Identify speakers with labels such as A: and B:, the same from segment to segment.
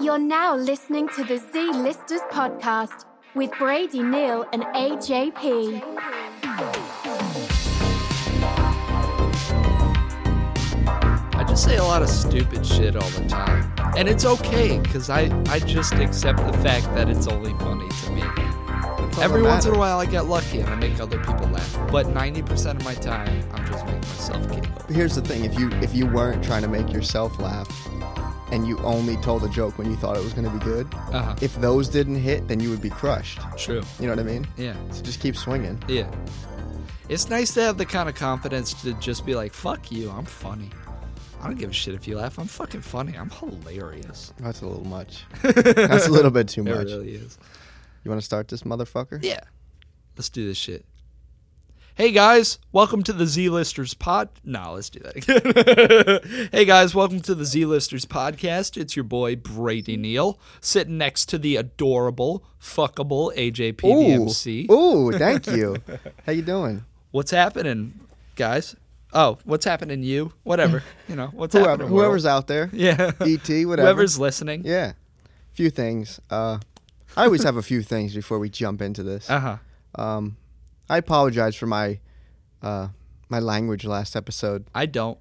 A: You're now listening to the Z Listers podcast with Brady Neal and AJP.
B: I just say a lot of stupid shit all the time. And it's okay because I, I just accept the fact that it's only funny to me. Every once in a while I get lucky and I make other people laugh. But 90% of my time, I'm just making myself giggle.
C: Here's the thing: if you if you weren't trying to make yourself laugh, and you only told a joke when you thought it was going to be good,
B: Uh-huh.
C: if those didn't hit, then you would be crushed.
B: True.
C: You know what I mean?
B: Yeah.
C: So just keep swinging.
B: Yeah. It's nice to have the kind of confidence to just be like, fuck you, I'm funny. I don't give a shit if you laugh. I'm fucking funny. I'm hilarious.
C: That's a little much. That's a little bit too
B: It
C: much.
B: really is.
C: You want to start this motherfucker?
B: Yeah. Let's do this shit. Hey guys, welcome to the Z Listers pod. Nah, let's do that again. hey guys, welcome to the Z Listers podcast. It's your boy Brady Neal sitting next to the adorable, fuckable AJP DMC.
C: Ooh, thank you. How you doing?
B: What's happening, guys? Oh, what's happening, you? Whatever. You know, what's
C: Whoever,
B: happening? world?
C: whoever's out there,
B: Yeah.
C: ET, whatever.
B: Whoever's listening.
C: yeah. Few things. Uh, I always have a few things before we jump into this.
B: Uh huh.
C: Um, I apologize for my uh, my language last episode.
B: I don't.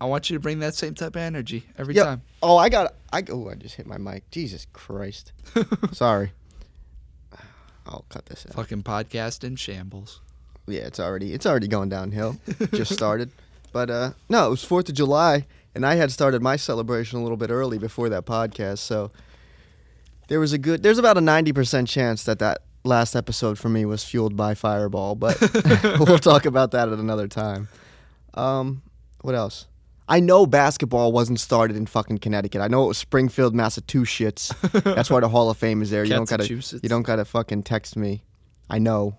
B: I want you to bring that same type of energy every
C: Yeah.
B: time.
C: Oh, I got. I oh, I just hit my mic. Jesus Christ. Sorry. I'll cut this out.
B: Fucking podcast in shambles.
C: Yeah, it's already it's already going downhill. just started, but uh, no, it was Fourth of July, and I had started my celebration a little bit early before that podcast, so there was a good. There's about a ninety percent chance that that last episode for me was fueled by Fireball, but we'll talk about that at another time. Um, what else? I know basketball wasn't started in fucking Connecticut. I know it was Springfield, Massachusetts. That's why the Hall of Fame is there. You don't gotta.
B: Massachusetts.
C: You don't gotta fucking text me. I know.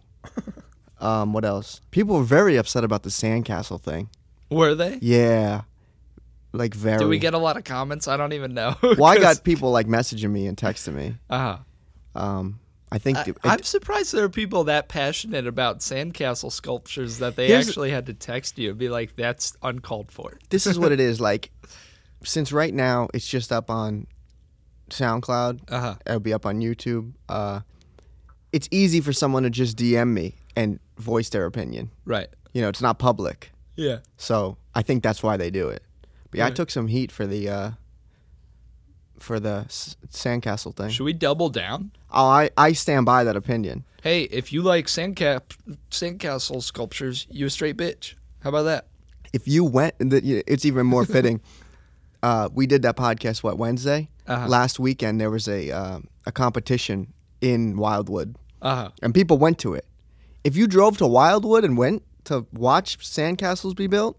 C: Um, what else? People were very upset about the sandcastle thing.
B: Were they?
C: Yeah, like very.
B: Did we get a lot of comments? I don't even know.
C: Well, I
B: 'Cause-
C: got people like messaging me and texting me.
B: Uh-huh.
C: Um, I think
B: I,
C: it-
B: I'm surprised there are people that passionate about sandcastle sculptures that they
C: Here's-
B: actually had to text you and be like, "That's uncalled for."
C: this is what it is. Like, since right now it's just up on SoundCloud,
B: Uh huh.
C: it'll be up on YouTube. Uh, it's easy for someone to just DM me and voice their opinion.
B: Right.
C: You know, it's not public,
B: Yeah.
C: so I think that's why they do it. But yeah, I
B: Right.
C: took some heat for the uh, for the s- sandcastle thing.
B: Should we double down?
C: Oh, I, I stand by that opinion.
B: Hey, if you like sandcap sandcastle sculptures, you a straight bitch. How about that?
C: If you went, and the- it's even more fitting. Uh, we did that podcast what Wednesday
B: Uh-huh.
C: last weekend. There was a uh, a competition in Wildwood,
B: Uh huh.
C: and people went to it. If you drove to Wildwood and went to watch sandcastles be built,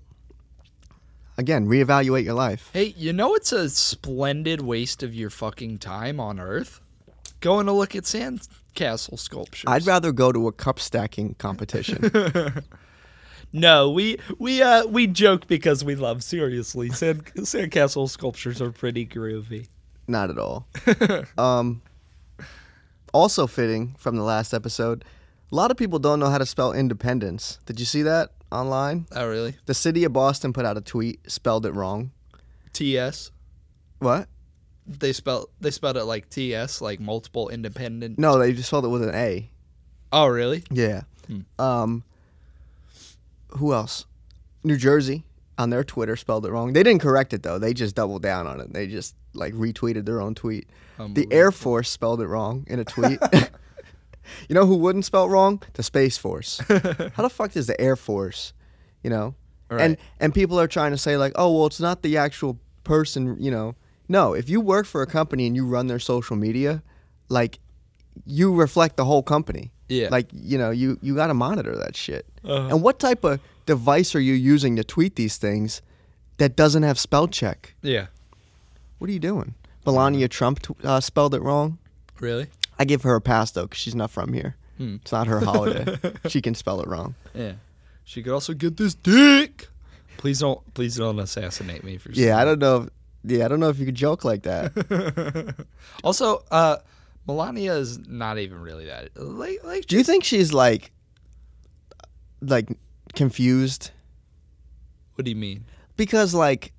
C: again, reevaluate your life.
B: Hey, you know it's a splendid waste of your fucking time on Earth. Going to look at sandcastle sculptures.
C: I'd rather go to a cup stacking competition.
B: No, we we uh we joke because we love seriously. Sand sandcastle sculptures are pretty groovy.
C: Not at all. um, also fitting from the last episode, a lot of people don't know how to spell independence. Did you see that online?
B: Oh really?
C: The city of Boston put out a tweet, spelled it wrong.
B: TS.
C: What?
B: They spell they spelled it like TS, like multiple independent.
C: No, they just spelled it with an A.
B: Oh really?
C: Yeah. Um, who else? New Jersey on their Twitter spelled it wrong. They didn't correct it though. They just doubled down on it. They just like retweeted their own tweet. The Air Force spelled it wrong in a tweet. you know who wouldn't spell it wrong? The Space Force. How the fuck does the Air Force, you know? And
B: Right.
C: and people are trying to say like, "Oh, well, it's not the actual person, you know." No, if you work for a company and you run their social media, like you reflect the whole company.
B: Yeah.
C: Like, you know, you you got to monitor that shit.
B: Uh-huh.
C: And what type of device are you using to tweet these things that doesn't have spell check?
B: Yeah.
C: What are you doing?
B: Uh-huh.
C: Melania Trump t- uh, spelled it wrong.
B: Really?
C: I give her a pass though, cause she's not from here.
B: Hmm.
C: It's not her holiday. she can spell it wrong.
B: Yeah. She could also get this dick. Please don't please don't assassinate me for
C: Yeah, I don't know. If, yeah, I don't know if you could joke like that.
B: Also, uh Melania is not even really that. Like like
C: Do you think she's like, like confused?
B: what do you mean?
C: Because like,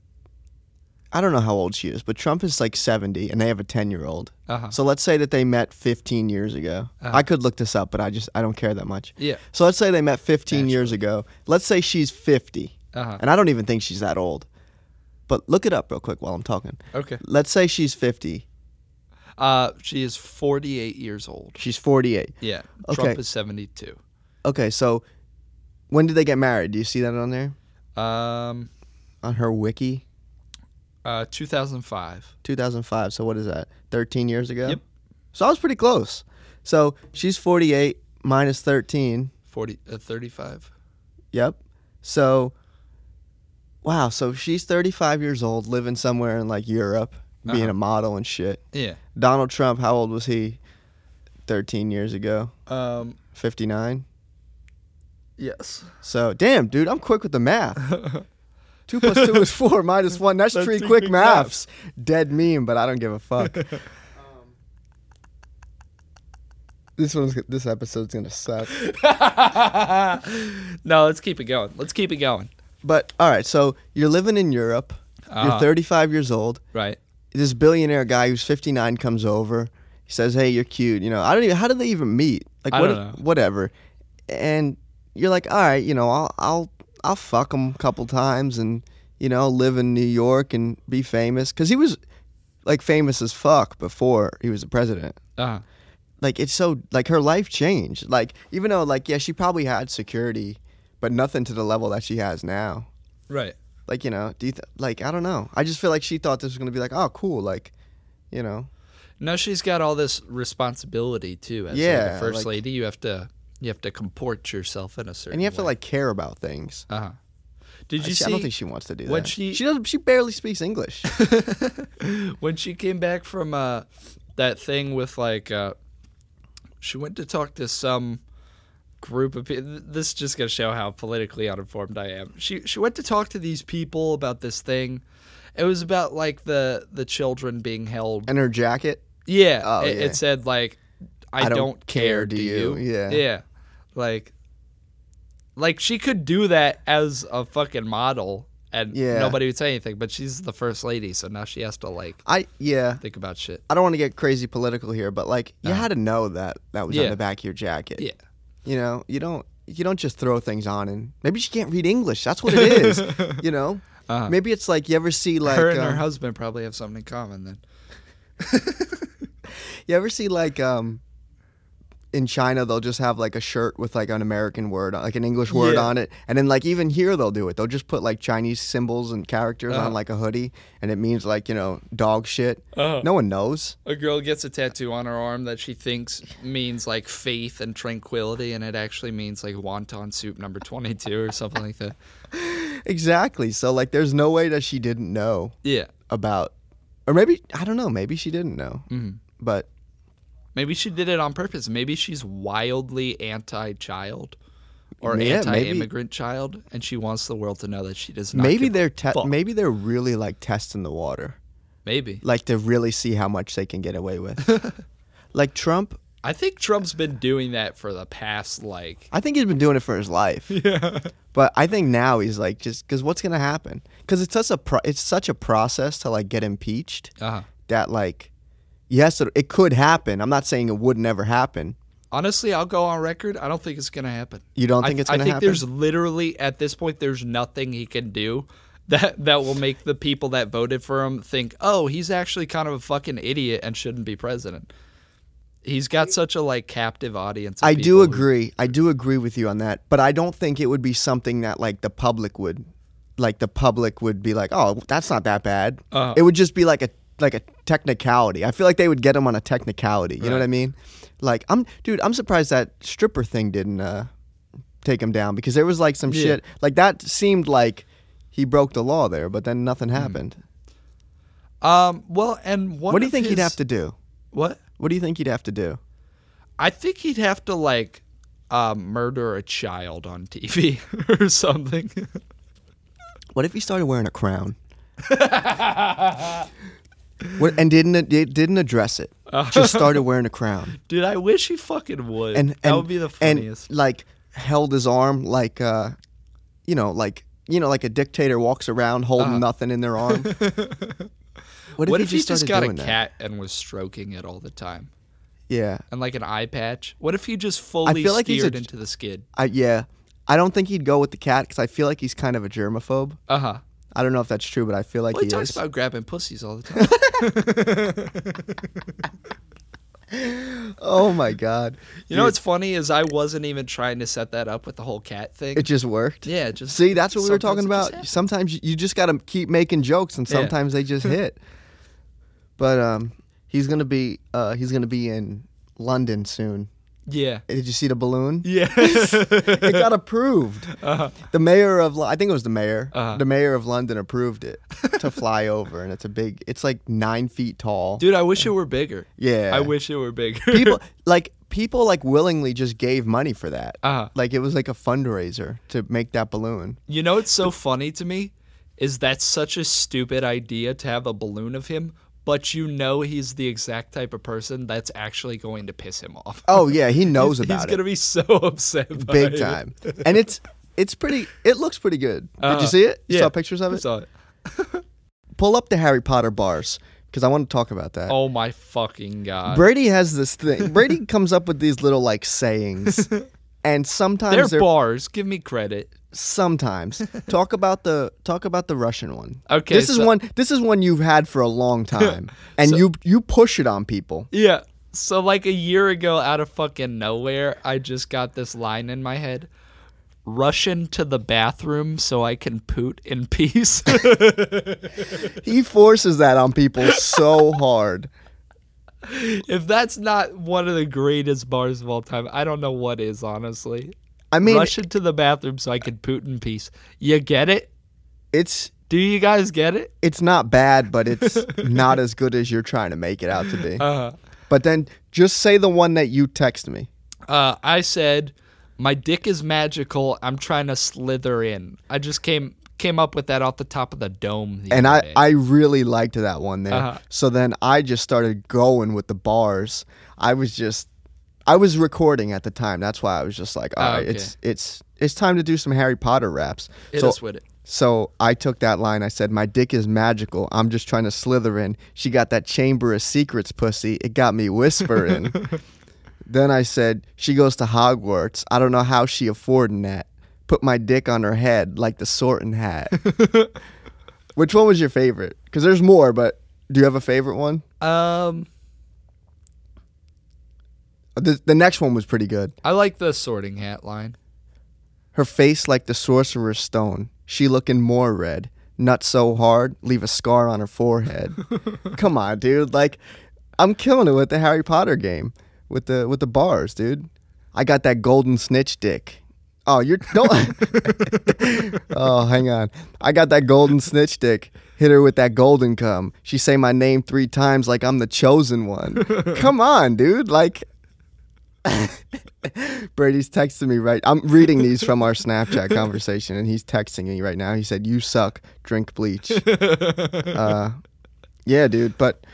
C: I don't know how old she is, but Trump is like 70 and they have a 10 year old.
B: Uh-huh.
C: So let's say that they met 15 years ago. I could look this up, but I just, I don't care that much.
B: Yeah.
C: So let's say they met 15 years ago. Let's say she's 50.
B: Uh-huh.
C: And I don't even think she's that old. But look it up real quick while I'm talking.
B: Okay.
C: Let's say she's 50.
B: Uh, she is 48 years old.
C: She's 48.
B: Yeah. Trump
C: Okay.
B: is 72.
C: Okay, so when did they get married? Do you see that on there?
B: Um,
C: On her wiki?
B: uh, 2005.
C: 2005. So what is that? 13 years ago?
B: Yep.
C: So I was pretty close. So she's 48 minus 13.
B: 40, uh, 35.
C: Yep. So wow, so she's 35 years old living somewhere in like Europe, being a model and shit.
B: Yeah.
C: Donald Trump, how old was he 13 years ago?
B: Um,
C: 59.
B: yes.
C: So damn, dude, I'm quick with the math. two plus two is four, minus one. That's, three,
B: three
C: quick,
B: quick
C: maths. Dead meme, but I don't give a fuck. Um, this one's go- this episode's gonna suck.
B: no, let's keep it going. Let's keep it going.
C: But all right, so you're living in Europe. You're
B: Uh-huh.
C: 35 years old.
B: Right.
C: This billionaire guy who's 59 comes over. He says, "Hey, you're cute." You know, I don't even. How did they even meet? Like,
B: I
C: what,
B: don't know.
C: whatever. And you're like, "All right, you know, I'll I'll I'll fuck him a couple times, and you know, live in New York and be famous." Because he was like famous as fuck before he was the president
B: Uh-huh.
C: like it's so like her life changed. Like even though like yeah, she probably had security, but nothing to the level that she has now.
B: Right.
C: Like you know, do you th- like I don't know. I just feel like she thought this was gonna be like oh cool like, you know
B: Now she's got all this responsibility too. As like,
C: Yeah,
B: the first
C: like-
B: lady, you have to you have to comport yourself in a certain.
C: and you have to like care about things.
B: Uh huh. Did
C: I,
B: you
C: she-
B: see?
C: I don't think she wants to do
B: when
C: that.
B: she-
C: she doesn't. She barely speaks English.
B: when she came back from uh, that thing with like uh, she went to talk to some group of people this is just going to show how politically uninformed i am she she went to talk to these people about this thing it was about like the the children being held
C: and her jacket.
B: yeah,
C: Oh,
B: it, it
C: yeah.
B: said like i,
C: I
B: don't,
C: don't
B: care,
C: care,
B: do
C: do
B: you?
C: you? Yeah.
B: yeah like like she could do that as a fucking model and
C: Yeah.
B: nobody would say anything but she's the first lady so now she has to like
C: I yeah.
B: think about shit
C: I don't want to get crazy political here, but like you had to know that that was
B: Uh-huh. Yeah.
C: on the back of your jacket.
B: Yeah.
C: You know, you don't you don't just throw things on and maybe she can't read English. That's what it is. you know? Maybe it's like you ever see like
B: Uh-huh. her and her
C: um,
B: husband probably have something in common then.
C: you ever see like um in China they'll just have like a shirt with like an American word on- like an English word
B: Yeah.
C: on it. And then like even here they'll do it. They'll just put like Chinese symbols and characters
B: Uh-huh.
C: on like a hoodie and it means like, you know, dog shit.
B: Uh-huh.
C: No one knows.
B: A girl gets a tattoo on her arm that she thinks means like faith and tranquility, and it actually means like wonton soup number 22 or something like that.
C: Exactly. So like there's no way that she didn't know
B: Yeah.
C: about or maybe I don't know, maybe she didn't know. Mm-hmm. But
B: Maybe she did it on purpose. Maybe she's wildly anti child or
C: Yeah, maybe.
B: anti immigrant child, and she wants the world to know that she does not.
C: maybe
B: give a
C: they're te-
B: fuck.
C: maybe they're really like testing the water,
B: Maybe.
C: like to really see how much they can get away with. like Trump,
B: I think Trump's been doing that for the past like.
C: I think he's been doing it for his life. Yeah. But I think now he's like just because what's gonna happen? Because it's such a pro- it's such a process to like get impeached
B: Uh-huh.
C: that like yes it, it could happen. I'm not saying it would never happen.
B: Honestly, I'll go on record. I don't think it's going to happen.
C: You don't think it's gonna
B: I think
C: happen?
B: there's literally at this point there's nothing he can do that that will make the people that voted for him think, "Oh, he's actually kind of a fucking idiot and shouldn't be president." He's got such a like captive audience. of
C: I
B: people
C: do
B: who-
C: agree. I do agree with you on that, but I don't think it would be something that like the public would, like the public would be like, oh, that's not that bad.
B: Uh-huh.
C: it would just be like a like a technicality. I feel like they would get him on a technicality. You know what I mean? Like I'm, dude, I'm surprised that stripper thing didn't uh, take him down because there was like some
B: Yeah.
C: shit like that seemed like he broke the law there, but then nothing happened.
B: Um, well, and Hmm. one
C: What do you
B: of
C: think he'd
B: his-
C: have to do?
B: What?
C: What do you think he'd have to do?
B: I think he'd have to like uh, murder a child on TV or something.
C: What if he started wearing a crown? what, and didn't didn't address it. Just started wearing a crown.
B: Dude, I wish he fucking would.
C: And,
B: that
C: and-
B: would be the
C: and,
B: funniest.
C: like held his arm like uh, you know, like you know, like a dictator walks around holding
B: Uh-huh.
C: nothing in their arm. What if
B: what
C: he
B: if he
C: just
B: just
C: started
B: got a
C: doing that?
B: cat and was stroking it all the time?
C: Yeah,
B: And like an eye patch? What if he just fully
C: feel like he's a-
B: steered into the skid?
C: I yeah, I don't think he'd go with the cat because I feel like he's kind of a germaphobe.
B: Uh huh.
C: I don't know if that's true, but I feel like
B: Well, he
C: he
B: talks
C: is.
B: about grabbing pussies all the time.
C: oh my god,
B: you know
C: Dude,
B: what's funny is I wasn't even trying to set that up with the whole cat thing.
C: it just worked.
B: yeah, just
C: See, that's what we were
B: sometimes
C: talking
B: it just
C: about. Sometimes you- you just got to keep making jokes, and
B: Yeah.
C: sometimes they just hit. But um, he's gonna be uh, he's gonna be in London soon. Eh,
B: happens. Yeah.
C: Did you see the balloon?
B: Yeah.
C: It got approved. The mayor of Lo- I think it was the mayor.
B: Uh-huh.
C: The mayor of London approved it to fly over, and it's a big. It's like nine feet tall.
B: Dude, I wish it were bigger.
C: Yeah.
B: I wish it were bigger.
C: people like people like willingly just gave money for that.
B: Uh-huh.
C: Like it was like a fundraiser to make that balloon.
B: You know what's so funny to me is that's such a stupid idea to have a balloon of him, but you know he's the exact type of person that's actually going to piss him off.
C: Oh yeah, he knows
B: he's
C: about it.
B: gonna be so upset. by
C: big
B: it.
C: time. And it's it's pretty. It looks pretty good. Did
B: Uh,
C: you see it? You
B: yeah,
C: saw pictures of
B: I
C: it.
B: saw it.
C: Pull up the Harry Potter bars because I want to talk about that.
B: Oh my fucking god!
C: Brady has this thing. Brady comes up with these little like sayings, and sometimes
B: They're
C: they're,
B: bars. Give me credit.
C: sometimes talk about the talk about the Russian one.
B: Okay,
C: this is
B: so-
C: one. This is one you've had for a long time, and you you push it on people.
B: Yeah. So like a year ago, out of fucking nowhere, I just got this line in my head: "Rush into the bathroom so I can poot in peace."
C: He forces that on people so hard.
B: If that's not one of the greatest bars of all time, I don't know what is, honestly.
C: I mean,
B: Rush into the bathroom so I could poot in peace. You get it?
C: it's
B: Do you guys get it?
C: it's not bad, but it's not as good as you're trying to make it out to be.
B: Uh,
C: But then just say the one that you text me.
B: uh, I said, my dick is magical. I'm trying to slither in. I just came came up with that off the top of the dome. The
C: And
B: other
C: I,
B: day.
C: I really liked that one there.
B: Uh-huh.
C: So then I just started going with the bars. I was just I was recording at the time. That's why I was just like, all right,
B: Ah, okay.
C: it's it's it's time to do some Harry Potter raps.
B: Hit
C: so
B: us with it.
C: so I took that line. I said, "My dick is magical. I'm just trying to slither in." She got that chamber of secrets pussy. It got me whispering. then I said, "She goes to Hogwarts. I don't know how she affording that. Put my dick on her head like the sorting hat." Which one was your favorite? Because there's more, but do you have a favorite one?
B: Um,
C: The, the next one was pretty good.
B: I like the sorting hat line.
C: Her face like the sorcerer's stone. She looking more red. Nut so hard, leave a scar on her forehead. Come on, dude. Like, I'm killing it with the Harry Potter game, with the with the bars, dude. I got that golden snitch dick. Oh, you're don't. oh, hang on. I got that golden snitch dick. Hit her with that golden cum. She say my name three times like I'm the chosen one. Come on, dude. Like, Brady's texting me right. I'm reading these from our Snapchat conversation, and he's texting me right now. He said, "You suck. Drink bleach." uh, yeah, dude. But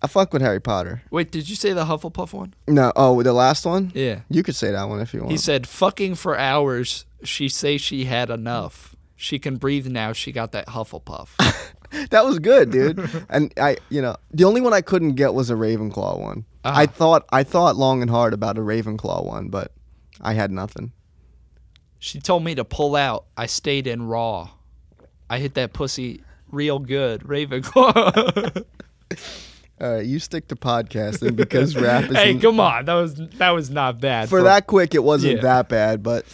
C: I fuck with Harry Potter.
B: Wait, did you say the Hufflepuff one?
C: No. Oh, the last one.
B: Yeah.
C: You could say that one if you want.
B: He said, "Fucking for hours." She say she had enough. She can breathe now. She got that Hufflepuff.
C: that was good, dude. and I, you know, the only one I couldn't get was a Ravenclaw one. I
B: Uh-huh.
C: thought I thought long and hard about a Ravenclaw one, but I had nothing.
B: she told me to pull out. I stayed in raw. I hit that pussy real good. Ravenclaw.
C: All right, you stick to podcasting because rap is
B: hey, come on. That was that was not bad.
C: for that quick. It wasn't
B: Yeah.
C: that bad, but.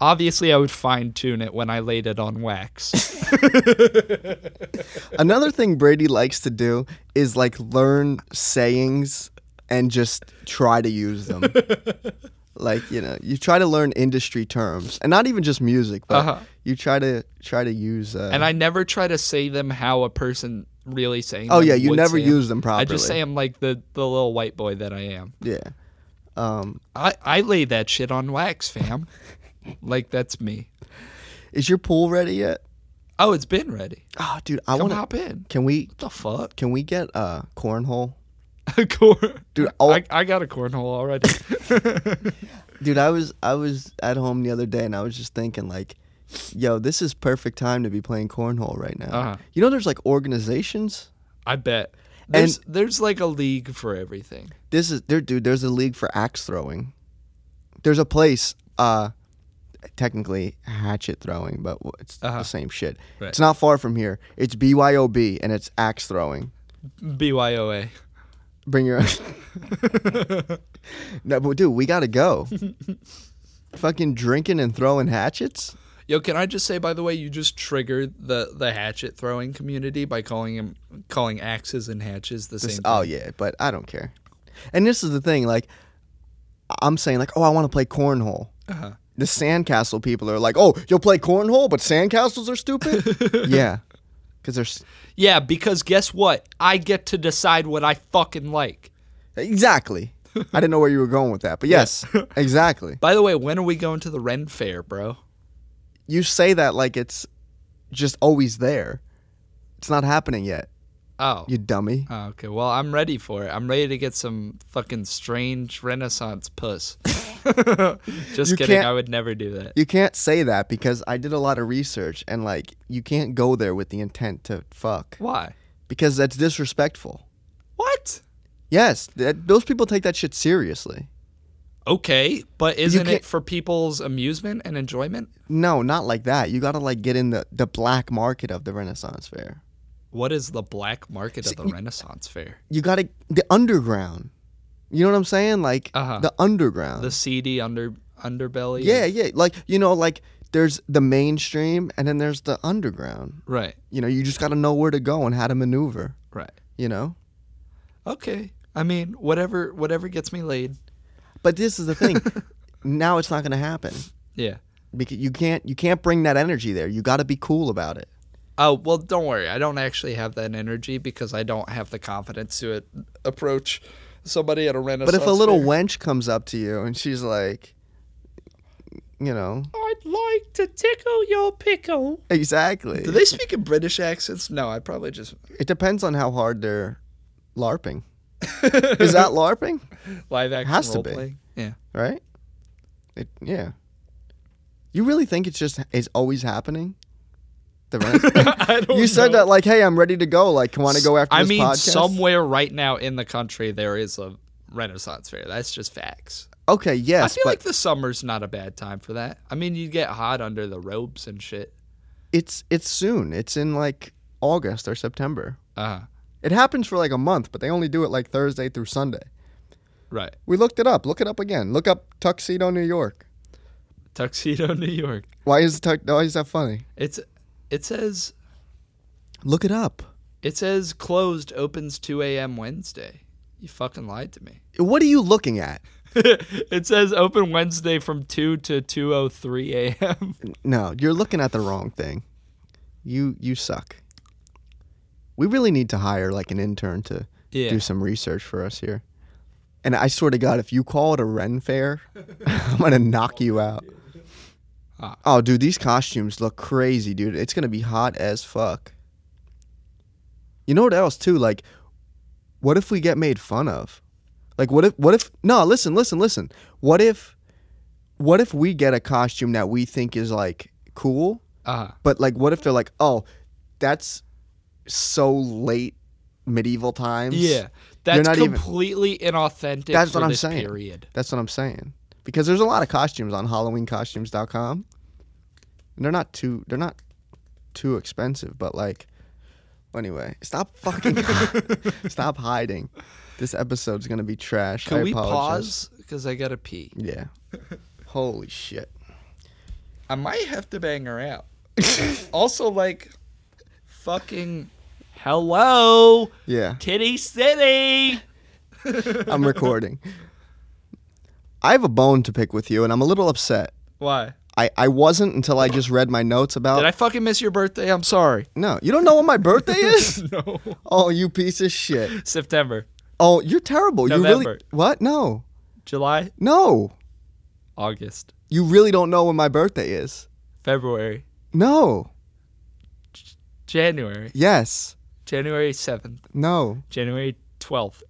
B: obviously I would fine tune it when I laid it on wax.
C: Another thing Brady likes to do is like learn sayings and just try to use them. like, you know, you try to learn industry terms and not even just music, but
B: Uh-huh.
C: you try to try to use uh,
B: and I never try to say them how a person really saying.
C: Oh,
B: them
C: yeah, you
B: would
C: never
B: say 'em.
C: use them
B: I just
C: properly.
B: say them like the the little white boy that I am.
C: yeah. Um,
B: I I lay that shit on wax, fam. like that's me.
C: is your pool ready yet?
B: Oh, it's been ready.
C: Oh, dude, I
B: Come
C: want to
B: hop in.
C: Can we
B: What the fuck?
C: can we get uh cornhole?
B: Corn.
C: Dude,
B: I,
C: I'll-
B: I got a cornhole already.
C: Dude, I was I was at home the other day and I was just thinking like yo, this is perfect time to be playing cornhole right now.
B: Uh-huh.
C: You know, there's like organizations.
B: I bet. There's there's like a league for everything.
C: This is there, dude. There's a league for axe throwing. There's a place, uh, technically hatchet throwing, but w- it's
B: Uh-huh.
C: the same shit.
B: Right.
C: It's not far from here. It's BYOB and it's axe throwing.
B: BYOA.
C: Bring your. no, but dude, we gotta go. Fucking drinking and throwing hatchets.
B: Yo, can I just say by the way, you just triggered the the hatchet throwing community by calling him calling axes and hatches the same.
C: Oh
B: thing.
C: yeah, but I don't care. And this is the thing, like I'm saying, like, oh, I want to play cornhole.
B: Uh-huh.
C: The sandcastle people are like, oh, you'll play cornhole, but sandcastles are stupid. yeah, because there's
B: Yeah, because guess what? I get to decide what I fucking like.
C: exactly. I didn't know where you were going with that, but yes, exactly.
B: By the way, when are we going to the Ren Fair, bro?
C: You say that like it's just always there. It's not happening yet.
B: Oh.
C: You dummy.
B: Oh, okay. Well, I'm ready for it. I'm ready to get some fucking strange Renaissance puss. Just
C: You
B: kidding.
C: can't-
B: I would never do that.
C: You can't say that because I did a lot of research and like you can't go there with the intent to fuck
B: Why?
C: because that's disrespectful.
B: What?
C: Yes, that, those people take that shit seriously.
B: Okay, but isn't it
C: can't-
B: for people's amusement and enjoyment?
C: No, not like that. You gotta like get in the, the black market of the Renaissance Fair.
B: What is the black market of the Renaissance Fair?
C: You gotta the underground. You know what I'm saying? Like
B: Uh-huh.
C: the underground.
B: The seedy under underbelly. of-
C: yeah, yeah. Like you know, like there's the mainstream and then there's the underground.
B: Right.
C: You know, you just gotta know where to go and how to maneuver.
B: Right.
C: You know.
B: Okay. I mean, whatever whatever gets me laid.
C: But this is the thing. now it's not gonna happen
B: Yeah.
C: because you can't you can't bring that energy there. You gotta be cool about it.
B: Oh, well, don't worry. I don't actually have that energy because I don't have the confidence to a- approach somebody at a Renaissance
C: But if a little
B: Fair.
C: wench comes up to you and she's like, you know,
B: I'd like to tickle your pickle.
C: exactly.
B: Do they speak in British accents? No, I probably just
C: It depends on how hard they're LARPing. Is that LARPing?
B: live action
C: Has to
B: role
C: be.
B: playing. Yeah.
C: Right? It, yeah. You really think it's just it's always happening? The Renaissance-
B: I don't
C: you said
B: know.
C: that like, hey, I'm ready to go. Like, want to go after
B: I
C: this
B: mean,
C: podcast?
B: somewhere right now in the country there is a Renaissance fair. That's just facts.
C: okay,
B: I
C: yes,
B: feel
C: but
B: like the summer's not a bad time for that. I mean, you get hot under the robes and shit.
C: it's it's soon. It's in like August or September.
B: Uh huh.
C: It happens for like a month, but they only do it like Thursday through Sunday.
B: Right.
C: We looked it up. Look it up again. Look up Tuxedo, New York.
B: Tuxedo, New York.
C: Why is tux- why is that funny?
B: It's it says
C: Look it up.
B: it says closed opens 2 a.m. Wednesday. You fucking lied to me.
C: What are you looking at?
B: it says open Wednesday from 2 to 2:03 a.m.
C: No, you're looking at the wrong thing. You you suck. We really need to hire like an intern to
B: Yeah.
C: do some research for us here. And I swear to God, if you call it a Ren Fair, I'm gonna knock you out.
B: Ah.
C: Oh, dude, these costumes look crazy, dude. It's gonna be hot as fuck. You know what else too? Like, what if we get made fun of? Like, what if? What if? No, listen, listen, listen. What if? What if we get a costume that we think is like cool,
B: Uh-huh.
C: but like, what if they're like, oh, that's so late medieval times.
B: Yeah. That's
C: not even-
B: completely inauthentic
C: That's
B: for
C: what I'm
B: this
C: saying.
B: period.
C: That's what I'm saying. Because there's a lot of costumes on HalloweenCostumes.com, and they're not too they're not too expensive. But like, anyway, stop fucking stop hiding. This episode's gonna be trash.
B: Can
C: I
B: we
C: apologize.
B: pause cuz I got to pee.
C: Yeah. Holy shit.
B: I might have to bang her out. also like fucking hello
C: Yeah,
B: Titty City.
C: I'm recording. I have a bone to pick with you, and I'm a little upset.
B: Why? Oh.
C: I, I wasn't until I just read my notes about.
B: Did I fucking miss your birthday? I'm sorry.
C: No, you don't know when my birthday is.
B: No.
C: oh, you piece of shit.
B: September,
C: Oh, you're terrible. You
B: November.
C: really what? No,
B: July,
C: no.
B: August,
C: You really don't know when my birthday is.
B: February,
C: No.
B: January,
C: Yes.
B: January 7th,
C: No.
B: January 12th,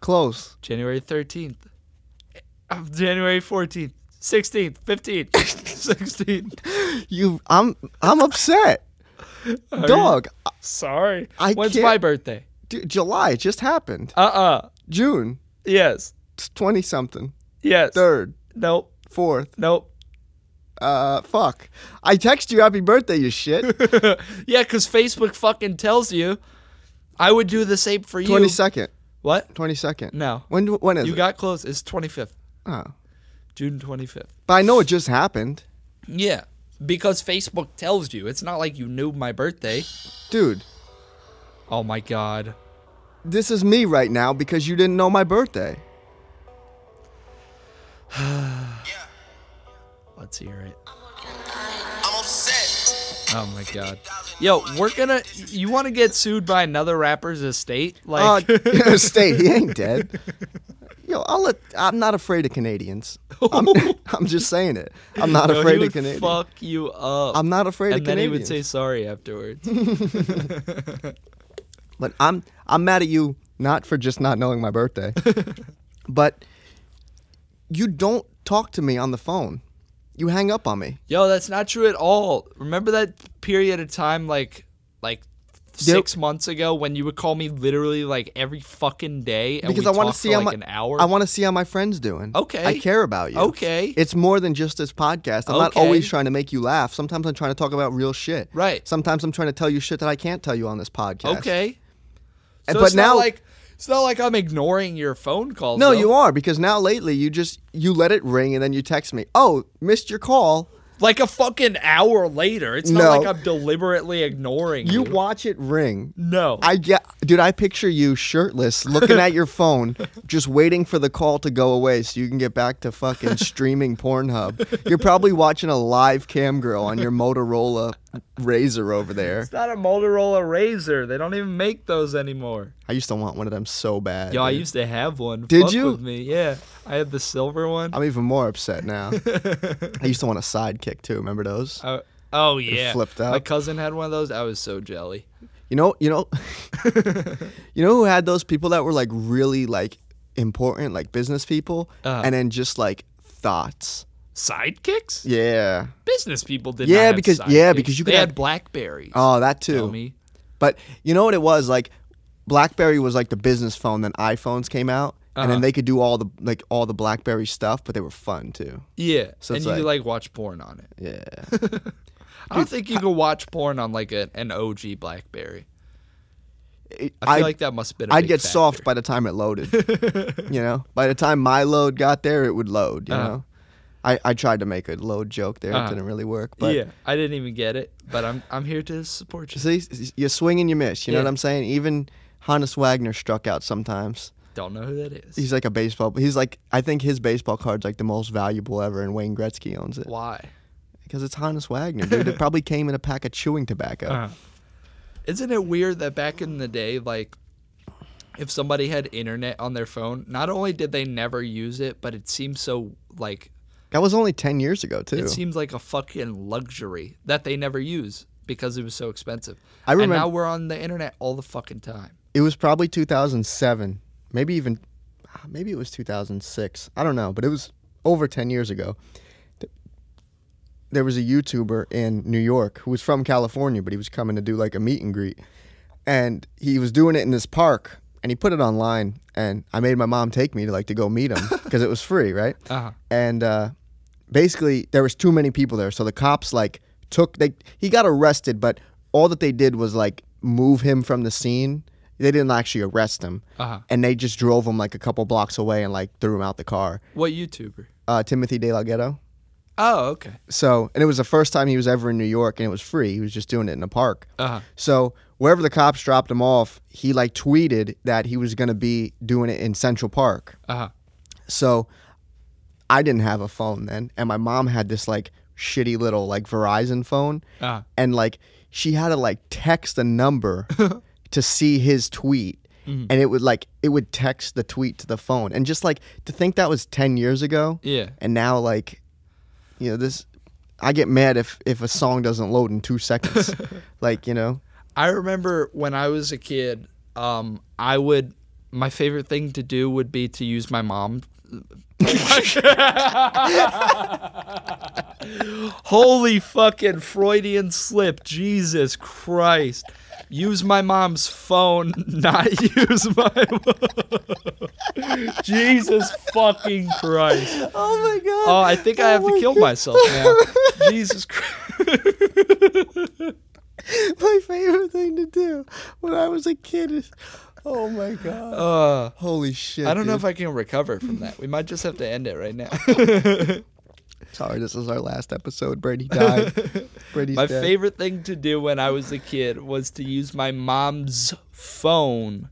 C: Close.
B: January 13th, uh, January 14th, 16th, 15th, 16th.
C: You, I'm, I'm upset, dog. I-
B: Sorry.
C: I
B: When's
C: can't-
B: my birthday?
C: dude, July it just happened.
B: Uh uh
C: June
B: Yes.
C: twenty something,
B: Yes.
C: third,
B: Nope.
C: fourth.
B: Nope.
C: Uh, fuck. I text you happy birthday, you shit.
B: yeah, because Facebook fucking tells you. I would do the same for you.
C: Twenty second,
B: What?
C: twenty second.
B: No.
C: When do- when is
B: You
C: it?
B: got close. It's 25th,
C: oh.
B: June 25th.
C: But I know it just happened,
B: Yeah, because Facebook tells you. It's not like you knew my birthday.
C: dude.
B: Oh my god.
C: This is me right now because you didn't know my birthday.
B: Let's hear it.
D: I'm upset.
B: Oh my god. Yo, we're gonna. You want to get sued by another rapper's estate?
C: Uh,
B: Like,
C: stay. He ain't dead. Yo, I'll let, I'm not afraid of Canadians. I'm, I'm just saying it. I'm not
B: yo, he
C: afraid
B: would
C: of Canadians.
B: Fuck you up.
C: I'm not afraid
B: and
C: of
B: then
C: Canadians.
B: he would say sorry afterwards.
C: But I'm I'm mad at you not for just not knowing my birthday, but you don't talk to me on the phone. You hang up on me.
B: Yo, that's not true at all. Remember that period of time, like, like six months ago, when you would call me literally like every fucking day, and
C: Because
B: we
C: I want
B: talked
C: to see
B: for
C: how
B: like
C: my
B: an hour.
C: I want to see how my friends doing.
B: Okay.
C: I care about you.
B: Okay.
C: It's more than just this podcast. I'm not
B: Okay.
C: always trying to make you laugh. Sometimes I'm trying to talk about real shit.
B: Right.
C: Sometimes I'm trying to tell you shit that I can't tell you on this podcast.
B: Okay. So
C: And- but
B: it's not
C: now-
B: like it's not like I'm ignoring your phone calls.
C: No,
B: though.
C: you are because now lately you just you let it ring and then you text me. Oh, missed your call.
B: Like a fucking hour later. It's
C: No.
B: not like I'm deliberately ignoring you.
C: You watch it ring.
B: no.
C: I get, dude. I picture you shirtless, looking at your phone, just waiting for the call to go away so you can get back to fucking streaming Pornhub. You're probably watching a live cam girl on your Motorola Razor over there.
B: it's not a Motorola Razor. They don't even make those anymore.
C: I used to want one of them so bad.
B: Yo, I
C: dude.
B: used to have one.
C: Did
B: Fuck
C: you?
B: With me. Yeah. I had the silver one.
C: I'm even more upset now. I used to want a sidekick too. Remember those?
B: I- oh yeah.
C: flipped
B: My
C: up.
B: cousin had one of those. I was so jelly.
C: You know, you know, you know who had those people that were like really like important, like business people,
B: Uh-huh.
C: and then just like thoughts.
B: Sidekicks?
C: Yeah.
B: Business people did
C: Yeah,
B: not have
C: because- yeah,
B: sidekicks.
C: because you could
B: they
C: have-
B: had Blackberries.
C: Oh, that too.
B: tell me.
C: But you know what it was like. BlackBerry was like the business phone. Then iPhones came out, and
B: Uh-huh.
C: then they could do all the like all the BlackBerry stuff, but they were fun too.
B: Yeah.
C: So
B: and
C: it's
B: you could,
C: like-
B: like watch porn on it.
C: Yeah.
B: I don't think you could watch porn on like a, an OG BlackBerry.
C: It-
B: I feel
C: I'd-
B: like that must have been. A
C: I'd
B: big
C: get
B: factor.
C: soft by the time it loaded. you know, by the time my load got there, it would load. You
B: Uh-huh.
C: know, I, I tried to make a load joke there.
B: Uh-huh.
C: It didn't really work. But
B: yeah, I didn't even get it, but I'm I'm here to support you.
C: see, s- you swing and you miss. You know
B: Yeah.
C: what I'm saying? Even Hannes Wagner struck out sometimes.
B: Don't know who that is.
C: He's like a baseball. He's like I think his baseball card's like the most valuable ever, and Wayne Gretzky owns it.
B: Why?
C: Because it's Hannes Wagner, dude. It probably came in a pack of chewing tobacco.
B: Isn't it weird that back in the day, like, if somebody had internet on their phone, not only did they never use it, but it seemed so like
C: That was only 10 years ago, too.
B: it seems like a fucking luxury that they never use because it was so expensive.
C: I remember-
B: And now we're on the internet all the fucking time.
C: it was probably 2007. Maybe even, ah, maybe it was 2006. I don't know, but it was over 10 years ago. Th- There was a YouTuber in New York who was from California, but he was coming to do like a meet and greet. And he was doing it in this park and he put it online. And I made my mom take me to like to go meet him because it was free, right?
B: Uh-huh.
C: and uh, basically there was too many people there so the cops like took they he got arrested but all that they did was like move him from the scene they didn't actually arrest him
B: Uh-huh.
C: and they just drove him like a couple blocks away and like threw him out the car
B: What YouTuber?
C: uh, timothy de la ghetto
B: Oh, okay.
C: so and it was the first time he was ever in new york and it was free he was just doing it in a park
B: Uh-huh.
C: so wherever the cops dropped him off he like tweeted that he was going to be doing it in central park
B: Uh-huh.
C: so I didn't have a phone then, and my mom had this like shitty little like Verizon phone,
B: Uh-huh.
C: and like she had to like text a number to see his tweet,
B: Mm-hmm.
C: and it would like it would text the tweet to the phone, and just like to think that was ten years ago,
B: Yeah.
C: and now like, you know this. I get mad if, if a song doesn't load in two seconds, like you know.
B: I remember when I was a kid, um, I would my favorite thing to do would be to use my mom's Holy fucking Freudian slip. Jesus Christ. Use my mom's phone, not use my. Jesus fucking Christ.
C: Oh my god.
B: Oh, I think I have to kill myself now. Jesus Christ.
C: My favorite thing to do when I was a kid is Oh my god.
B: Uh,
C: Holy shit.
B: I don't know
C: dude.
B: if I can recover from that. We might just have to end it right now.
C: Sorry, this is our last episode. Brady died. Brady's
B: my
C: dead.
B: favorite thing to do when I was a kid was to use my mom's phone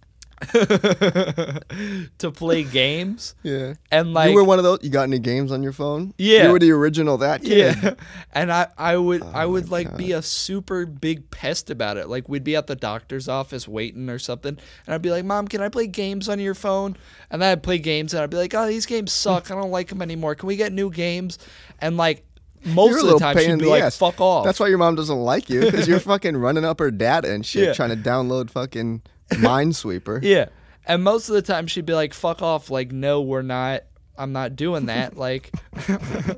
B: to play games
C: Yeah.
B: and like
C: you were one of those. You got any games on your phone?
B: Yeah.
C: You were the original that kid.
B: yeah and i i would
C: Oh
B: i would like be a super big pest about it like we'd be at the doctor's office waiting or something and i'd be like mom can i play games on your phone and then i'd play games and i'd be like oh these games suck i don't like them anymore can we get new games and like
C: You're a
B: most of the
C: little
B: time
C: pain
B: she'd
C: in
B: be
C: the
B: like
C: ass.
B: fuck off
C: That's why your mom doesn't like you because you're fucking running up her data and shit,
B: Yeah.
C: trying to download fucking Minesweeper.
B: Yeah. And most of the time she'd be like, fuck off. Like, no, we're not. I'm not doing that. Like,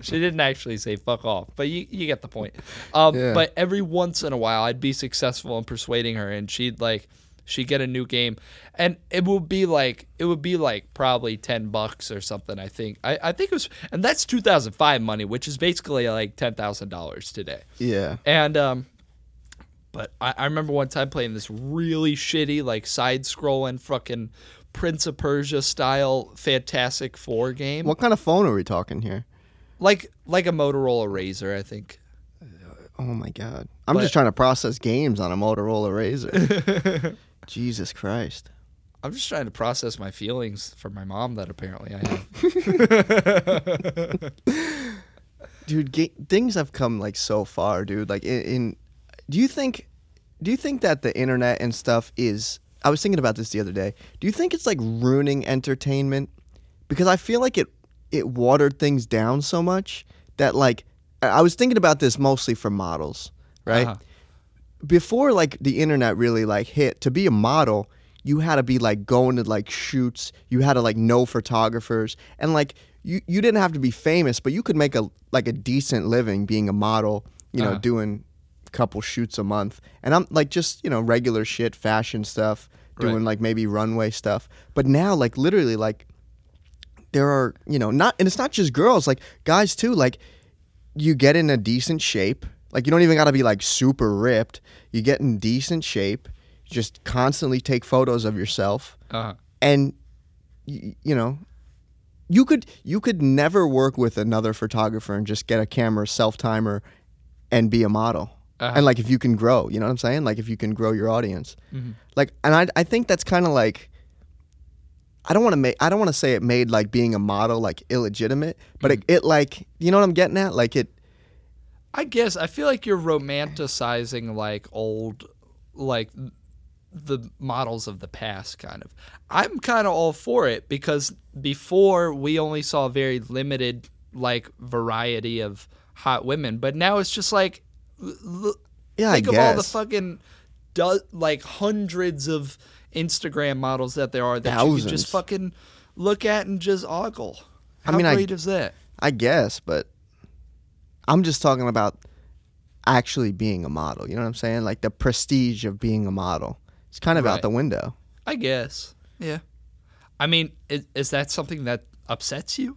B: she didn't actually say fuck off, but you, you get the point. Um,
C: Yeah.
B: But every once in a while, I'd be successful in persuading her, and she'd like, she'd get a new game, and it would be like, it would be like probably ten bucks or something. I think. I, I think it was, and that's 2005 money, which is basically like ten thousand dollars today.
C: Yeah.
B: And um, but I, I remember one time playing this really shitty, like side-scrolling, fucking Prince of Persia style Fantastic Four game,
C: What kind of phone are we talking here?
B: like like a Motorola Razor, I think.
C: Oh my god. I'm just trying to process games on a Motorola Razor. Jesus Christ.
B: I'm just trying to process my feelings for my mom that apparently I have.
C: dude ga- things have come like so far dude like in, in do you think do you think that the internet and stuff is i was thinking about this the other day do you think it's like ruining entertainment because i feel like it it watered things down so much that like i I was thinking about this mostly for models right
B: Uh-huh.
C: before like the internet really like hit to be a model you had to be like going to like shoots you had to like know photographers and like you you didn't have to be famous but you could make a like a decent living being a model you know
B: Uh-huh.
C: doing a couple shoots a month and i'm like just you know regular shit fashion stuff doing
B: Right.
C: like maybe runway stuff but now like literally like there are you know not and it's not just girls like guys too like you get in a decent shape like you don't even got to be like super ripped you get in decent shape just constantly take photos of yourself
B: Uh,
C: and y- you know you could you could never work with another photographer and just get a camera self timer and be a model
B: Uh-huh.
C: and like if you can grow you know what i'm saying like if you can grow your audience like and i i think that's kind of like i don't want to make i don't want to say it made like being a model like illegitimate but it, it like you know what i'm getting at like it
B: I guess I feel like you're romanticizing like old, like the models of the past kind of i'm kind of all for it because before we only saw very limited like variety of hot women but now it's just like l- l-
C: Yeah, I
B: think of all the
C: guess.
B: fucking do- like hundreds of instagram models that there are that you can
C: Thousands.
B: just fucking look at and just ogle how
C: mean, I-
B: great is that
C: I guess, but I'm just talking about actually being a model. You know what I'm saying? Like the prestige of being a model. It's kind of
B: Right.
C: out the window.
B: I guess. Yeah. I mean, is, is that something that upsets you?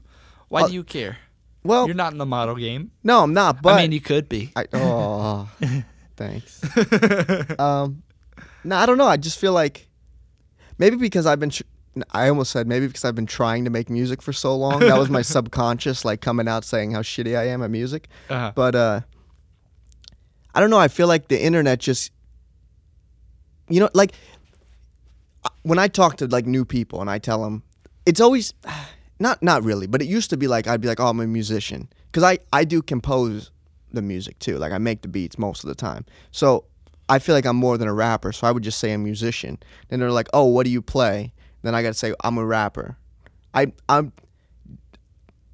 B: Why do you care?
C: Well,
B: You're not in the model game.
C: no, I'm not. But
B: oh. I mean, you could be.
C: I, oh, thanks. um, no, I don't know. I just feel like maybe because I've been. Tr- I almost said maybe because I've been trying to make music for so long. That was my subconscious, like coming out saying how shitty I am at music.
B: Uh-huh.
C: But uh, I don't know. I feel like the internet just, you know, like I- when I talk to like new people and I tell them, it's always not not really, but it used to be like I'd be like, oh, I'm a musician because I I do compose the music too. Like I make the beats most of the time, so I feel like I'm more than a rapper. So I would just say a musician. Then they're like, oh, what do you play? Then I got to say I'm a rapper. I I'm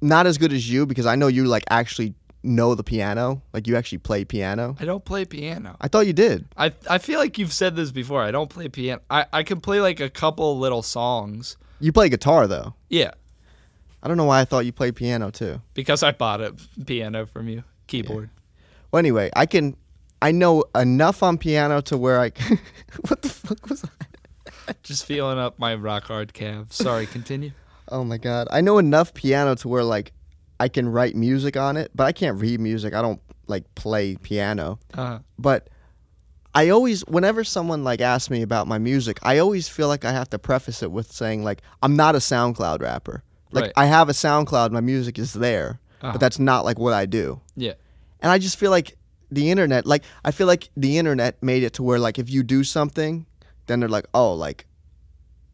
C: not as good as you because I know you like actually know the piano. Like you actually play piano.
B: I don't play piano.
C: I thought you did.
B: I I feel like you've said this before. I don't play piano. I, I can play like a couple little songs.
C: You play guitar though.
B: Yeah.
C: I don't know why I thought you played piano too.
B: because I bought a piano from you, keyboard.
C: Well, anyway, I can. I know enough on piano to where I. what the fuck was I?
B: Just feeling up my rock hard calves. Sorry, continue.
C: Oh my god! I know enough piano to where like I can write music on it, but I can't read music. I don't like play piano.
B: Uh,
C: But I always, whenever someone like asks me about my music, I always feel like I have to preface it with saying like I'm not a SoundCloud rapper. Like I
B: Right.
C: have a SoundCloud, my music is there,
B: Uh-huh.
C: but that's not like what I do.
B: yeah,
C: And I just feel like the internet, like I feel like the internet made it to where like if you do something, then they're like, oh, like,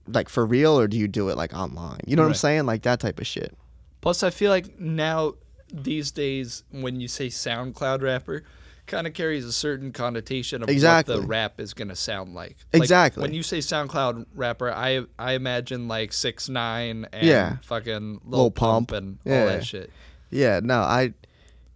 C: like for real, or do you do it like online? You know what I'm
B: Right.
C: saying? Like that type of shit.
B: Plus, I feel like now these days, when you say SoundCloud rapper, kind of carries a certain connotation of
C: Exactly.
B: what the rap is going to sound like. Like,
C: Exactly.
B: when you say SoundCloud rapper, I I imagine like six nine and
C: Yeah.
B: fucking Lil,
C: Lil
B: Pump,
C: Pump.
B: and all
C: Yeah.
B: that shit.
C: Yeah, no, I,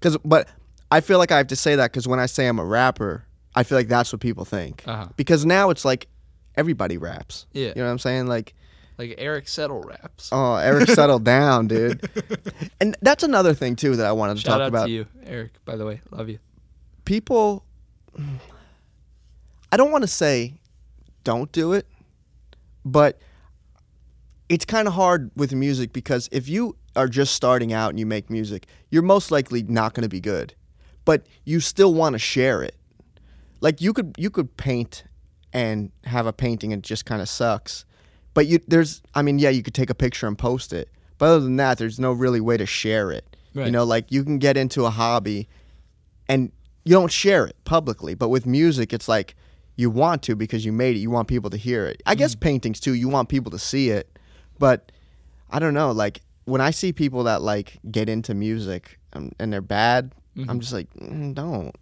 C: cause but I feel like I have to say that because when I say I'm a rapper, I feel like that's what people think.
B: Uh-huh.
C: Because now it's like everybody raps.
B: Yeah.
C: you know what I'm saying? Like,
B: Like Eric Settle raps.
C: oh, Eric, settle down, dude. And that's another thing too that I wanted to
B: Shout
C: talk
B: out
C: about.
B: to you, Eric. By the way, love you.
C: people I don't want to say don't do it, but it's kind of hard with music because if you are just starting out and you make music, you're most likely not going to be good, but you still want to share it. Like you could you could paint and have a painting and it just kind of sucks. But you there's I mean yeah, you could take a picture and post it. But other than that, there's no really way to share it.
B: Right.
C: You know, like you can get into a hobby and you don't share it publicly. But with music, it's like you want to because you made it. You want people to hear it. I guess paintings too. You want people to see it, but I don't know. Like when I see people that like get into music um, and they're bad, I'm just like, mm, don't,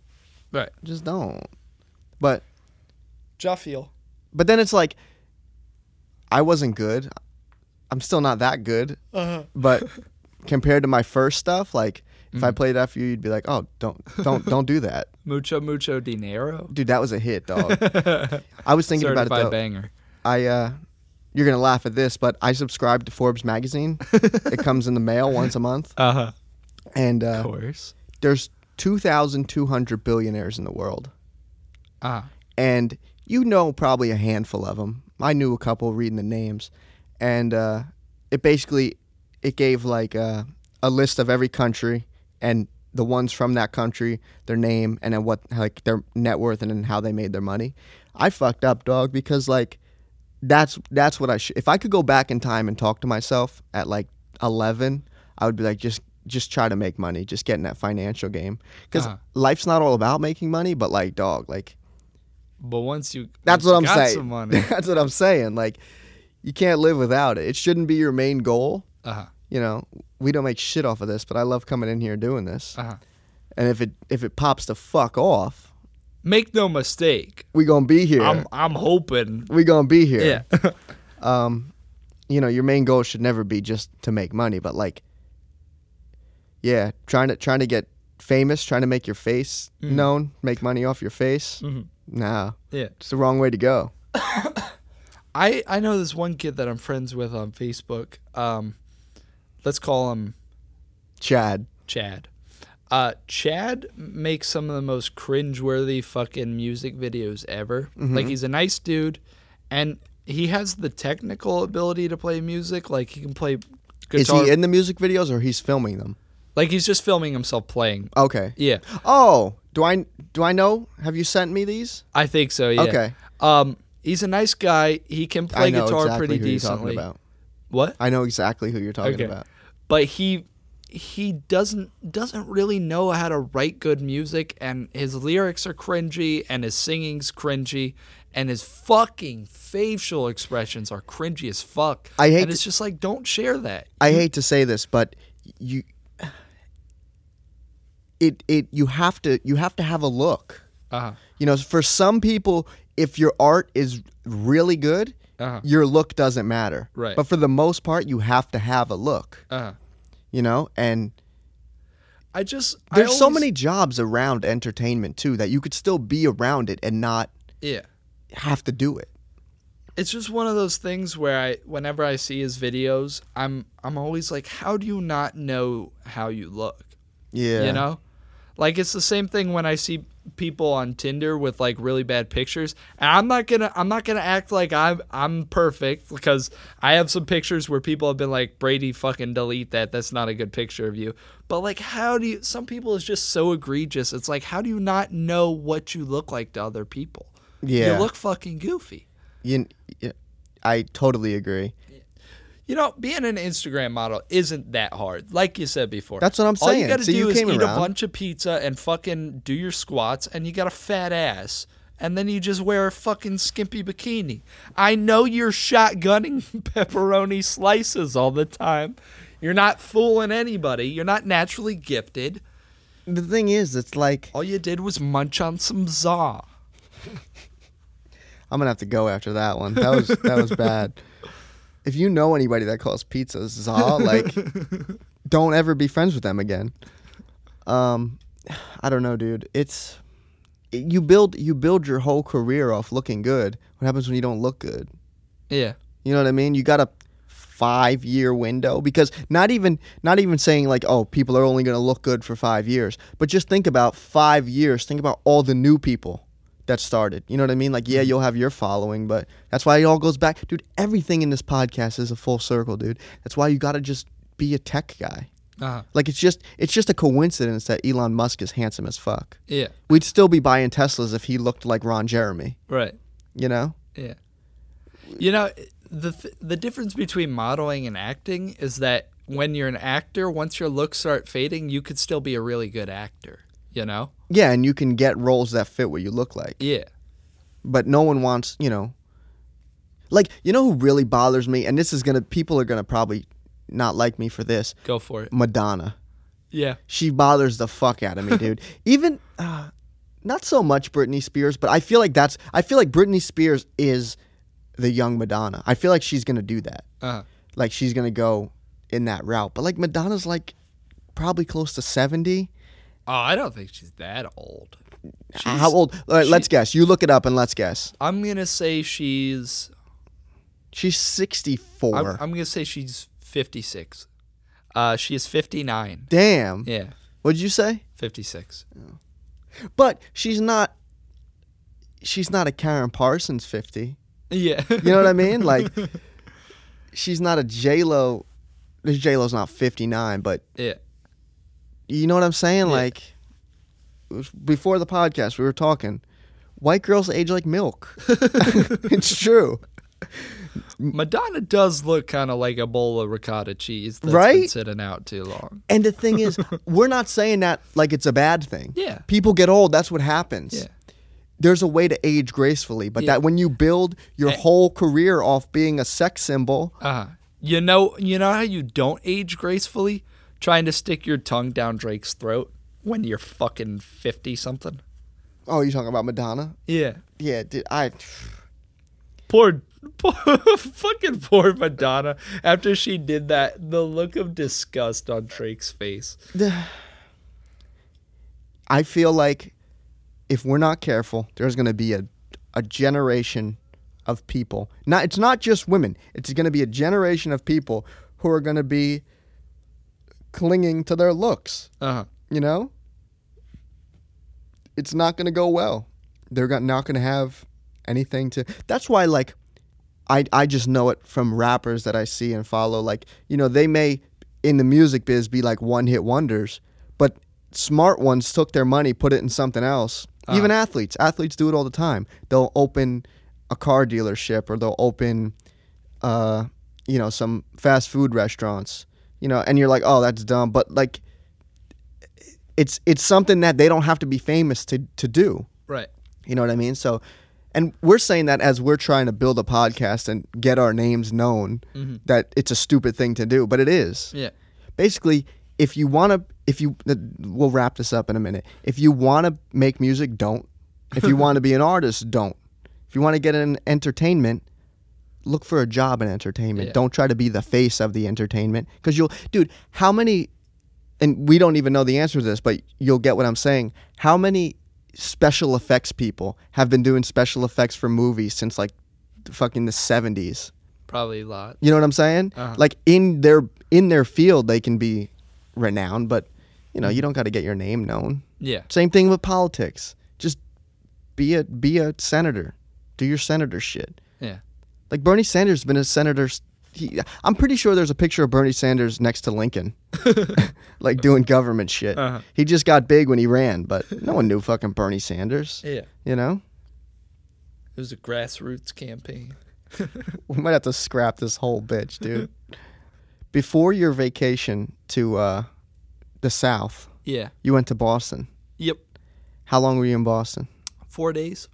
B: Right,
C: just don't. But
B: Juffiel.
C: but then it's like, I wasn't good. I'm still not that good. But compared to my first stuff, like if I played after you, you'd be like, oh, don't don't don't do that.
B: Mucho mucho dinero.
C: Dude, that was a hit, dog. I was thinking about
B: Certified
C: it though.
B: banger.
C: I uh you're gonna laugh at this, but I subscribe to Forbes magazine. it comes in the mail once a month,
B: Uh huh.
C: and
B: Of
C: uh,
B: course.
C: there's 2,200 billionaires in the world,
B: Ah.
C: and you know probably a handful of them. I knew a couple reading the names, and uh, it basically it gave like uh, a list of every country and the ones from that country, their name, and then what like their net worth and then how they made their money. I fucked up, dog, because like that's that's what I should. If I could go back in time and talk to myself at like eleven, I would be like, just just try to make money, just get in that financial game, because
B: Uh-huh.
C: life's not all about making money, but like, dog, like
B: But once you
C: that's
B: once
C: what
B: you
C: I'm
B: got
C: saying.
B: Some money.
C: that's what I'm saying. Like, you can't live without it. It shouldn't be your main goal.
B: Uh-huh.
C: You know, we don't make shit off of this, but I love coming in here doing this.
B: Uh-huh.
C: And if it if it pops the fuck off,
B: Make no mistake.
C: we gonna be here.
B: I'm I'm hoping.
C: we gonna be here. Um,
B: Yeah.
C: you know your main goal should never be just to make money but like yeah trying to trying to get famous trying to make your face
B: Mm-hmm.
C: known make money off your face nah
B: yeah.
C: it's the wrong way to go
B: I I know this one kid that I'm friends with on Facebook. Um let's call him
C: chad
B: Chad. Uh Chad makes some of the most cringeworthy fucking music videos ever.
C: Mm-hmm.
B: Like he's a nice dude and he has the technical ability to play music. Like he can play guitar.
C: is he in the music videos or he's filming them
B: like he's just filming himself playing.
C: okay
B: Yeah.
C: oh do i do i know have you sent me these
B: I think so. Yeah.
C: Okay.
B: Um, he's a nice guy. He can play
C: i know
B: guitar
C: exactly
B: pretty
C: who
B: decently.
C: you're talking about
B: What?
C: i know exactly who you're talking
B: Okay.
C: about
B: But he he doesn't doesn't really know how to write good music, and his lyrics are cringy, and his singing's cringy, and his fucking facial expressions are cringy as fuck.
C: I hate
B: And
C: to-
B: it's just like, don't share that.
C: I hate to say this, but you it it you have to you have to have a look.
B: Uh-huh.
C: You know, for some people, if your art is really good,
B: Uh-huh.
C: your look doesn't matter.
B: Right.
C: But for the most part, you have to have a look.
B: Uh,
C: You know, and
B: I just I
C: there's so
B: always-
C: many jobs around entertainment too that you could still be around it and not
B: Yeah.
C: have to do it.
B: it's just one of those things where I whenever I see his videos, I'm I'm always like, how do you not know how you look?
C: Yeah.
B: You know? Like it's the same thing when I see people on Tinder with like really bad pictures. And I'm not gonna I'm not gonna act like I'm I'm perfect because I have some pictures where people have been like, Brady, fucking delete that. That's not a good picture of you. But like how do you some people is just so egregious. It's like how do you not know what you look like to other people?
C: Yeah.
B: You look fucking goofy.
C: You, you- I totally agree.
B: You know, being an Instagram model isn't that hard. Like you said before.
C: That's what I'm
B: All you
C: saying.
B: gotta
C: So
B: do
C: you
B: is
C: came
B: eat
C: around.
B: a bunch of pizza and fucking do your squats and you got a fat ass. And then you just wear a fucking skimpy bikini. I know you're shotgunning pepperoni slices all the time. You're not fooling anybody. You're not naturally gifted.
C: The thing is, it's like
B: All you did was munch on some za.
C: I'm gonna have to go after that one. That was that was bad. If you know anybody that calls pizza za, like, don't ever be friends with them again. Um, I don't know, dude. It's it- you build you build your whole career off looking good. What happens when you don't look good?
B: Yeah.
C: You know what I mean? You got a five year window because not even not even saying like, oh, people are only gonna look good for five years. But just think about five years. Think about all the new people that started. You know what I mean? Like, yeah, you'll have your following, but that's why it all goes back. Dude, everything in this podcast is a full circle, dude. That's why you gotta just be a tech guy.
B: Uh-huh.
C: Like it's just it's just a coincidence that Elon Musk is handsome as fuck.
B: Yeah.
C: We'd still be buying Teslas if he looked like Ron Jeremy,
B: Right.
C: you know?
B: Yeah. You know, the th- the difference between modeling and acting is that when you're an actor, once your looks start fading, you could still be a really good actor, you know?
C: Yeah, and you can get roles that fit what you look like.
B: Yeah.
C: but no one wants you know like you know who really bothers me and this is gonna people are gonna probably not like me for this
B: Go for it.
C: madonna
B: Yeah.
C: she bothers the fuck out of me dude even uh, not so much britney spears but i feel like that's i feel like britney spears is the young madonna i feel like she's gonna do that
B: Uh,
C: like she's gonna go in that route but like madonna's like probably close to 70
B: oh, I don't think she's that old.
C: how old all right, let's guess you look it up and let's guess
B: I'm going to say she's
C: she's 64
B: I'm, I'm going to say she's 56. Uh, she is 59.
C: damn
B: Yeah,
C: what'd you say
B: 56.
C: But she's not she's not a Karen Parsons 50.
B: Yeah.
C: You know what I mean? Like she's not a J-Lo. This J-Lo's not 59, but
B: yeah.
C: you know what I'm saying? Like it was before the podcast we were talking white girls age like milk. it's true.
B: Madonna does look kind of like a bowl of ricotta cheese that's been
C: Right?
B: sitting out too long.
C: And the thing is, we're not saying that like it's a bad thing.
B: Yeah.
C: People get old, that's what happens.
B: Yeah.
C: There's a way to age gracefully, but
B: Yeah.
C: that when you build your whole career off being a sex symbol,
B: Uh, you know, you know how you don't age gracefully, trying to stick your tongue down Drake's throat when you're fucking fifty something.
C: Oh, you talking about Madonna?
B: Yeah,
C: Yeah, dude. I
B: poor, poor, fucking poor Madonna. After she did that, the look of disgust on Drake's face.
C: I feel like if we're not careful, there's going to be a a generation of people. Not it's not just women. It's going to be a generation of people who are going to be clinging to their looks.
B: Uh huh.
C: You know, it's not going to go well. They're go- not going to have anything to. That's why, like, I I just know it from rappers that I see and follow. Like, you know, they may in the music biz be like one hit wonders, but smart ones took their money, put it in something else. Even athletes, athletes do it all the time. They'll open a car dealership or they'll open, uh, you know, some fast food restaurants. You know, and you're like, oh, that's dumb, but like. It's it's something that they don't have to be famous to, to do.
B: Right.
C: You know what I mean? So, and we're saying that as we're trying to build a podcast and get our names known, that it's a stupid thing to do, but it is.
B: Yeah.
C: Basically, if you want to, if you, th- we'll wrap this up in a minute. If you want to make music, don't. If you want to be an artist, don't. If you want to get in entertainment, look for a job in entertainment.
B: Yeah.
C: Don't try to be the face of the entertainment because you'll, dude, how many, and we don't even know the answer to this, but you'll get what I'm saying. How many special effects people have been doing special effects for movies since like fucking the 70s.
B: Probably a lot.
C: You know what I'm saying?
B: Uh-huh.
C: Like in their in their field, they can be renowned, but you know you don't got to get your name known.
B: Yeah.
C: Same thing with politics. Just be a be a senator. Do your senator shit.
B: Yeah.
C: Like Bernie Sanders been a senator. s- He, I'm pretty sure there's a picture of Bernie Sanders next to Lincoln, like doing government shit.
B: Uh-huh.
C: He just got big when he ran, but no one knew fucking Bernie Sanders.
B: Yeah.
C: You know,
B: It was a grassroots campaign.
C: we might have to scrap this whole bitch, dude. Before your vacation to uh, the South,
B: Yeah.
C: you went to Boston.
B: Yep.
C: How long were you in Boston?
B: Four days.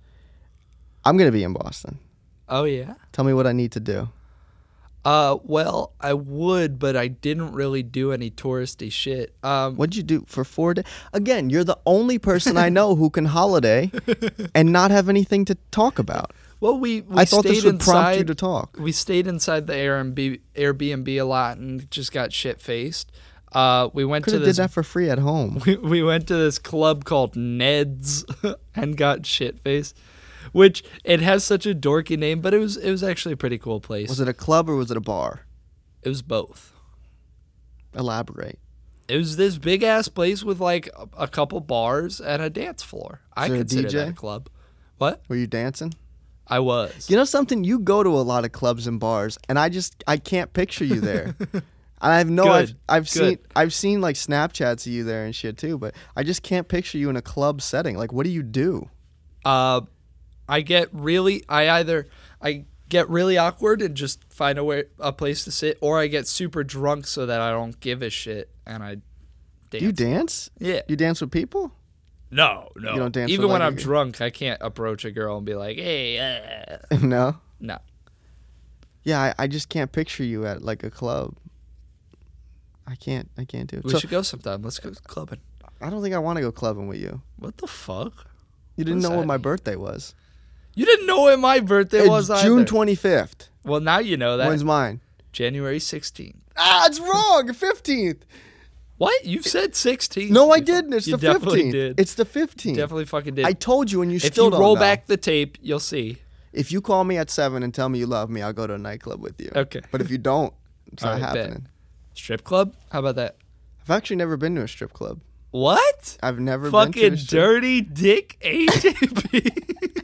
C: I'm gonna be in Boston.
B: Oh yeah.
C: Tell me what I need to do.
B: Uh, well, I would, but I didn't really do any touristy shit. Um,
C: What'd you do for four days? Again, you're the only person I know who can holiday and not have anything to talk about.
B: well, we, we
C: I thought
B: stayed
C: this would
B: inside.
C: prompt you to talk.
B: We stayed inside the Airbnb, Airbnb a lot and just got shit faced. Uh, we went
C: Could
B: to
C: have did
B: this
C: that for free at home.
B: we, we went to this club called Ned's and got shit faced, which it has such a dorky name, but it was it was actually a pretty cool place.
C: Was it a club or was it a bar?
B: It was both.
C: Elaborate.
B: It was this big ass place with like a, a couple bars and a dance floor. I
C: there a
B: consider that
C: DJ?
B: a club. What
C: Were you dancing?
B: I was.
C: You know something? You go to a lot of clubs and bars, and I just I can't picture you there. and I have no I've,
B: Good.
C: I've seen
B: Good.
C: I've seen like Snapchats of you there and shit too, but I just can't picture you in a club setting. Like, what do you do?
B: uh, I get really, I either I get really awkward and just find a way a place to sit, or I get super drunk so that I don't give a shit and I dance.
C: Do you dance?
B: Yeah.
C: You dance with people?
B: no, no.
C: You don't dance
B: Even
C: with,
B: when
C: like,
B: I'm
C: a-
B: drunk, I can't approach a girl and be like, "Hey, uh,
C: no.
B: no."
C: Yeah, I, I just can't picture you at like a club. I can't. I can't do it.
B: We
C: So,
B: should go sometime. Let's go clubbing.
C: I don't think I want to go clubbing with you.
B: What the fuck?
C: You didn't know
B: does that
C: what my
B: mean?
C: birthday was.
B: You didn't know when my birthday
C: It's
B: was
C: June
B: either.
C: twenty fifth.
B: Well, now you know that.
C: When's mine?
B: January 16th.
C: Ah, it's wrong. Fifteenth.
B: What? You said 16th.
C: No, I
B: You-
C: didn't. It's
B: you
C: the
B: definitely
C: fifteenth.
B: did.
C: It's the fifteenth.
B: definitely fucking did.
C: I told you, and you
B: if
C: still
B: you
C: don't
B: roll
C: know.
B: back the tape, you'll see.
C: If you call me at seven and tell me you love me, I'll go to a nightclub with you.
B: Okay.
C: But if you don't, it's not
B: Alright, bet.
C: happening.
B: Strip club? How about that?
C: I've actually never been to a strip club.
B: What?
C: I've never been to
B: Fucking
C: a strip
B: dirty dick AJP.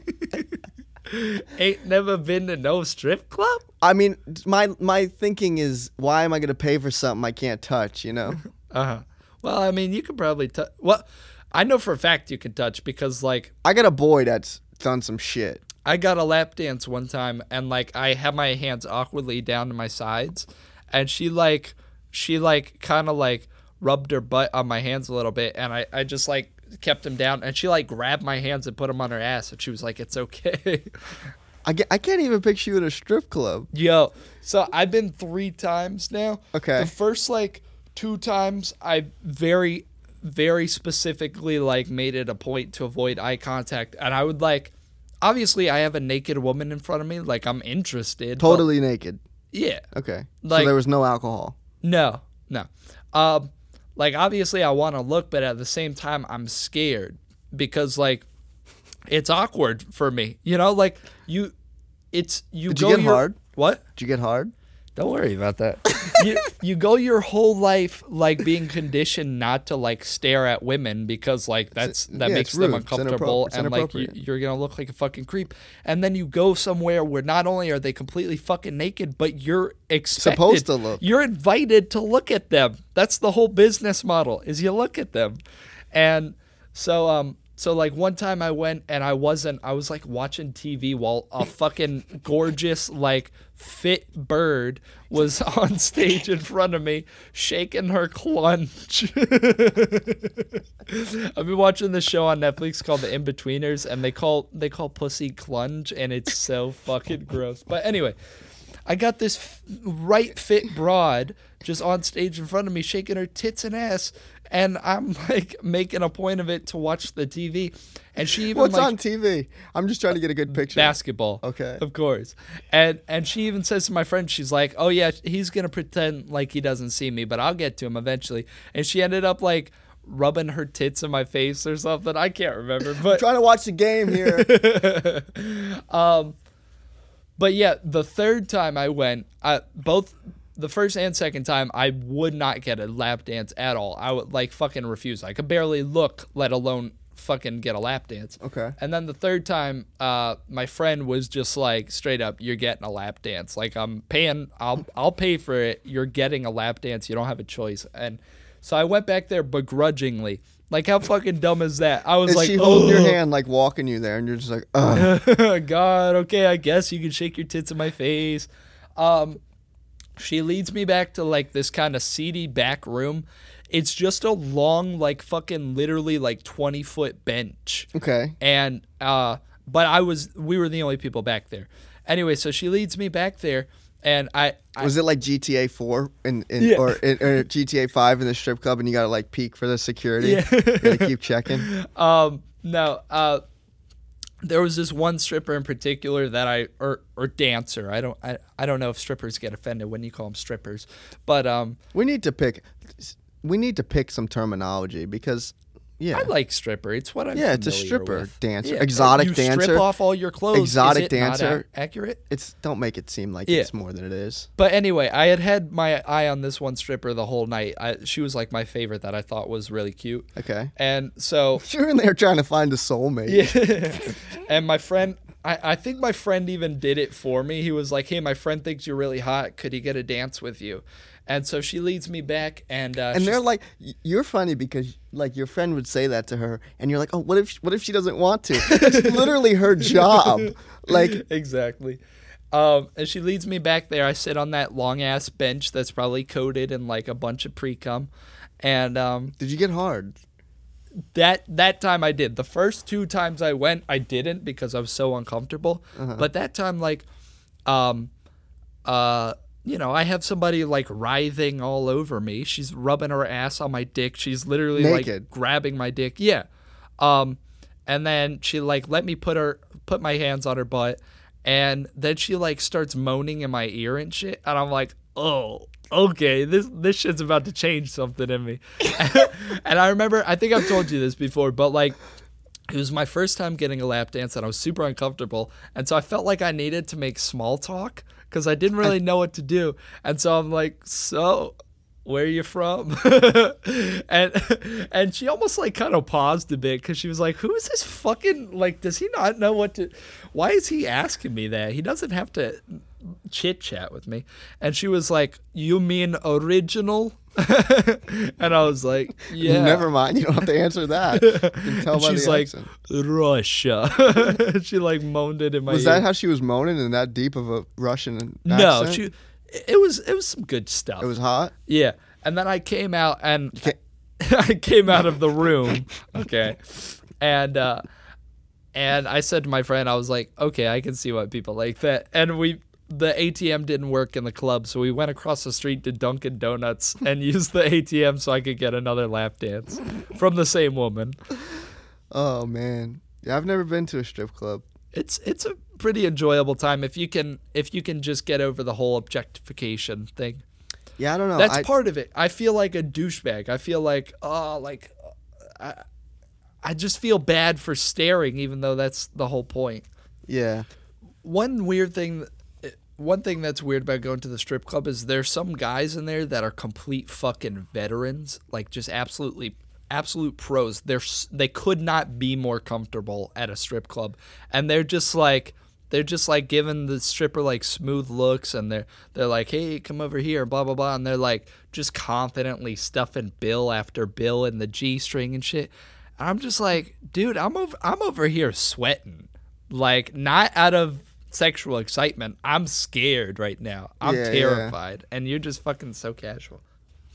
B: Ain't never been to no strip club?
C: I mean, my my thinking is, why am I going to pay for something I can't touch? You know,
B: Uh huh. Well, I mean, you could probably touch. Well, I know for a fact you could touch because, like,
C: I got a boy that's done some shit.
B: I got a lap dance one time and like I had my hands awkwardly down to my sides and she like she like kind of like rubbed her butt on my hands a little bit and I I just like kept them down and she like grabbed my hands and put them on her ass and she was like it's okay.
C: I, get, I can't even picture you in a strip club.
B: Yo, so I've been 3 times now.
C: Okay.
B: The first like two times I very very specifically like made it a point to avoid eye contact and I would like Obviously, I have a naked woman in front of me. Like I'm interested. but-
C: Totally naked.
B: Yeah.
C: Okay. so
B: Like-
C: there was no alcohol.
B: No, no. Um, like obviously I want to look, but at the same time I'm scared because like it's awkward for me. You know, like you, it's you
C: Did you
B: go
C: get
B: your,
C: hard?
B: What?
C: Did you get hard?
B: Don't worry about that. you, you go your whole life like being conditioned not to like stare at women because like that's that
C: yeah,
B: makes
C: it's
B: them
C: rude. It's
B: uncomfortable
C: inappropri- it's
B: and like you,
C: inappropriate.
B: you're gonna look like a fucking creep. And then you go somewhere where not only are they completely fucking naked, but you're expected,
C: Supposed to look.
B: You're invited to look at them. That's the whole business model is you look at them, and so um. So like one time I went and I wasn't I was like watching TV while a fucking gorgeous like fit bird was on stage in front of me shaking her clunch. I've been watching this show on Netflix called The Inbetweeners, and they call they call pussy clunge, and it's so fucking gross. But anyway, I got this f- right fit broad just on stage in front of me, shaking her tits and ass, and I'm like making a point of it to watch the TV, and she even
C: What's
B: like,
C: on TV? I'm just trying to get a good picture.
B: basketball.
C: Okay.
B: Of course. And and she even says to my friend, she's like, "Oh yeah, he's gonna pretend like he doesn't see me, but I'll get to him eventually." And she ended up like rubbing her tits in my face or something. I can't remember, but
C: trying to watch the game here.
B: But yeah, the third time I went, I, both the first and second time, I would not get a lap dance at all. I would like fucking refuse. I could barely look, let alone fucking get a lap dance.
C: Okay.
B: And then the third time, uh, my friend was just like, straight up, you're getting a lap dance. Like I'm paying, I'll I'll pay for it. You're getting a lap dance. You don't have a choice. And so I went back there begrudgingly. Like how fucking dumb is that? I was
C: Is
B: like,
C: she holding your
B: "Ugh."
C: hand, like walking you there, and you're just like, Ugh.
B: God, okay, I guess you can shake your tits in my face. Um, she leads me back to like this kind of seedy back room. It's just a long, like fucking literally like 20 foot bench.
C: okay.
B: And, uh, but I was, we were the only people back there. Anyway, so she leads me back there and I, I
C: Was it like GTA 4 and, and
B: Yeah.
C: or, in, or GTA 5 in the strip club, and you gotta like peek for the security?
B: Yeah.
C: you gotta keep checking.
B: Um, no. Uh, there was this one stripper in particular that I or or dancer. I don't I, I don't know if strippers get offended when you call them strippers, but um,
C: We need to pick. We need to pick some terminology because, yeah,
B: I like stripper. It's what I'm.
C: Yeah, it's a
B: familiar
C: stripper,
B: with.
C: dancer,
B: Yeah,
C: exotic
B: you Strip
C: dancer,
B: off all your clothes. Is
C: exotic
B: it not
C: dancer.
B: ac- accurate.
C: it's don't make it seem like
B: Yeah.
C: it's more than it is.
B: But anyway, I had had my eye on this one stripper the whole night. I, she was like my favorite that I thought was really cute.
C: Okay,
B: And so
C: you're in there trying to find a soulmate.
B: and my friend I, I think my friend even did it for me he was like hey my friend thinks you're really hot could he get a dance with you and so she leads me back and uh,
C: And
B: she's-
C: they're like, y- you're funny because like your friend would say that to her, and you're like, oh, what if what if she doesn't want to? It's literally her job. Like,
B: exactly um, and she leads me back there i sit on that long ass bench that's probably coated in like a bunch of pre-cum and um,
C: did you get hard?
B: that that time I did. The first two times I went, I didn't because I was so uncomfortable. But that time, like, um, uh, you know, I have somebody like writhing all over me. She's rubbing her ass on my dick. She's literally
C: Naked.
B: like grabbing my dick. Yeah. Um, and then she like let me put her put my hands on her butt, and then she like starts moaning in my ear and shit, and I'm like, oh. Okay, this this shit's about to change something in me. and I remember, I think I've told you this before, but like it was my first time getting a lap dance and I was super uncomfortable. And so I felt like I needed to make small talk because I didn't really know what to do. And so I'm like, so where are you from? and and she almost like kind of paused a bit because she was like, who is this fucking like does he not know what to why is he asking me that? He doesn't have to chit chat with me. And she was like, You mean original? and I was like, Yeah
C: Never mind. You don't have to answer that. You can tell
B: and
C: by
B: she's
C: the
B: like oh,
C: accent.
B: Russia. she like moaned it in my
C: Was
B: ear.
C: that how she was moaning in that deep of a Russian
B: no,
C: accent?
B: she. It was it was some good stuff.
C: It was hot.
B: yeah, and then I came out and
C: ca-
B: I came out of the room. Okay, and uh, and I said to my friend, I was like, okay, I can see why people like that, and we. The ATM didn't work in the club, so we went across the street to Dunkin' Donuts and used the ATM so I could get another lap dance from the same woman.
C: Oh man, yeah, I've never been to a strip club.
B: it's it's a pretty enjoyable time if you can if you can just get over the whole objectification thing.
C: Yeah, I don't know. Oh,
B: That's
C: I,
B: part of it. I feel like a douchebag. I feel like oh like uh, I I just feel bad for staring even though that's the whole point.
C: Yeah,
B: One weird thing one thing that's weird about going to the strip club is there's some guys in there that are complete fucking veterans, like just absolutely absolute pros. They're s- they could not be more comfortable at a strip club, and they're just like they're just like giving the stripper like smooth looks, and they're they're like, hey, come over here, blah blah blah, and they're like just confidently stuffing bill after bill in the g string and shit. And I'm just like, dude, I'm over I'm over here sweating, like not out of sexual excitement. I'm scared right now. I'm
C: Yeah, yeah.
B: terrified, and you're just fucking so casual.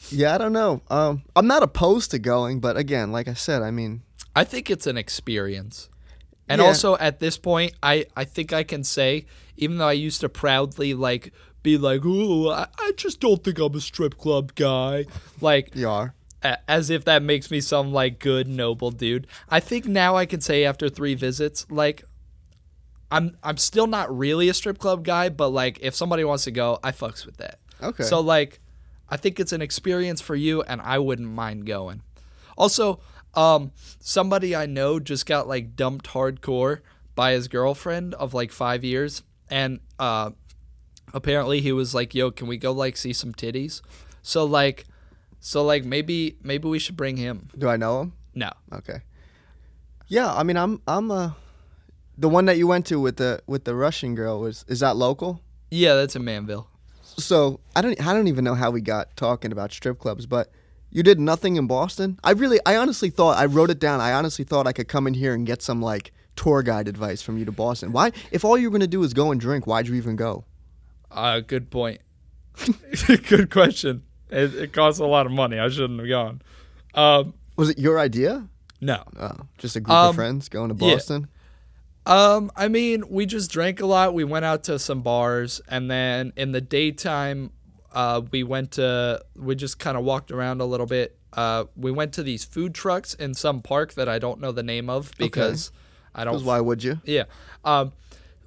C: yeah, I don't know. Um, I'm not opposed to going, but again, like I said, I mean,
B: I think it's an experience. And
C: Yeah.
B: also at this point, I, I think I can say, even though I used to proudly like be like, ooh, I, I just don't think I'm a strip club guy. Like
C: you are.
B: a- as if that makes me some like good noble dude. I think now I can say after three visits, like I'm I'm still not really a strip club guy, but like if somebody wants to go, I fucks with that.
C: Okay.
B: So like I think it's an experience for you and I wouldn't mind going. Also, um somebody I know just got like dumped hardcore by his girlfriend of like five years and uh, apparently he was like, "Yo, can we go like see some titties?" So like, so like maybe maybe we should bring him.
C: Do I know him?
B: No,
C: Okay. Yeah, I mean, I'm I'm uh, the one that you went to with the with the Russian girl was is that local?
B: yeah, that's in Manville.
C: So I don't I don't even know how we got talking about strip clubs, but you did nothing in Boston. I really I honestly thought I wrote it down. I honestly thought I could come in here and get some like tour guide advice from you to Boston. Why if all you were gonna do is go and drink, why'd you even go?
B: Uh, good point. good question. It, it costs a lot of money. I shouldn't have gone. Um,
C: Was it your idea?
B: no.
C: Oh, just a group
B: Um,
C: of friends going to
B: yeah.
C: Boston.
B: Um, I mean, we just drank a lot. We went out to some bars, and then in the daytime, uh, we went to we just kind of walked around a little bit. Uh, we went to these food trucks in some park that I don't know the name of because I don't.
C: Because why would you?
B: Yeah. Um,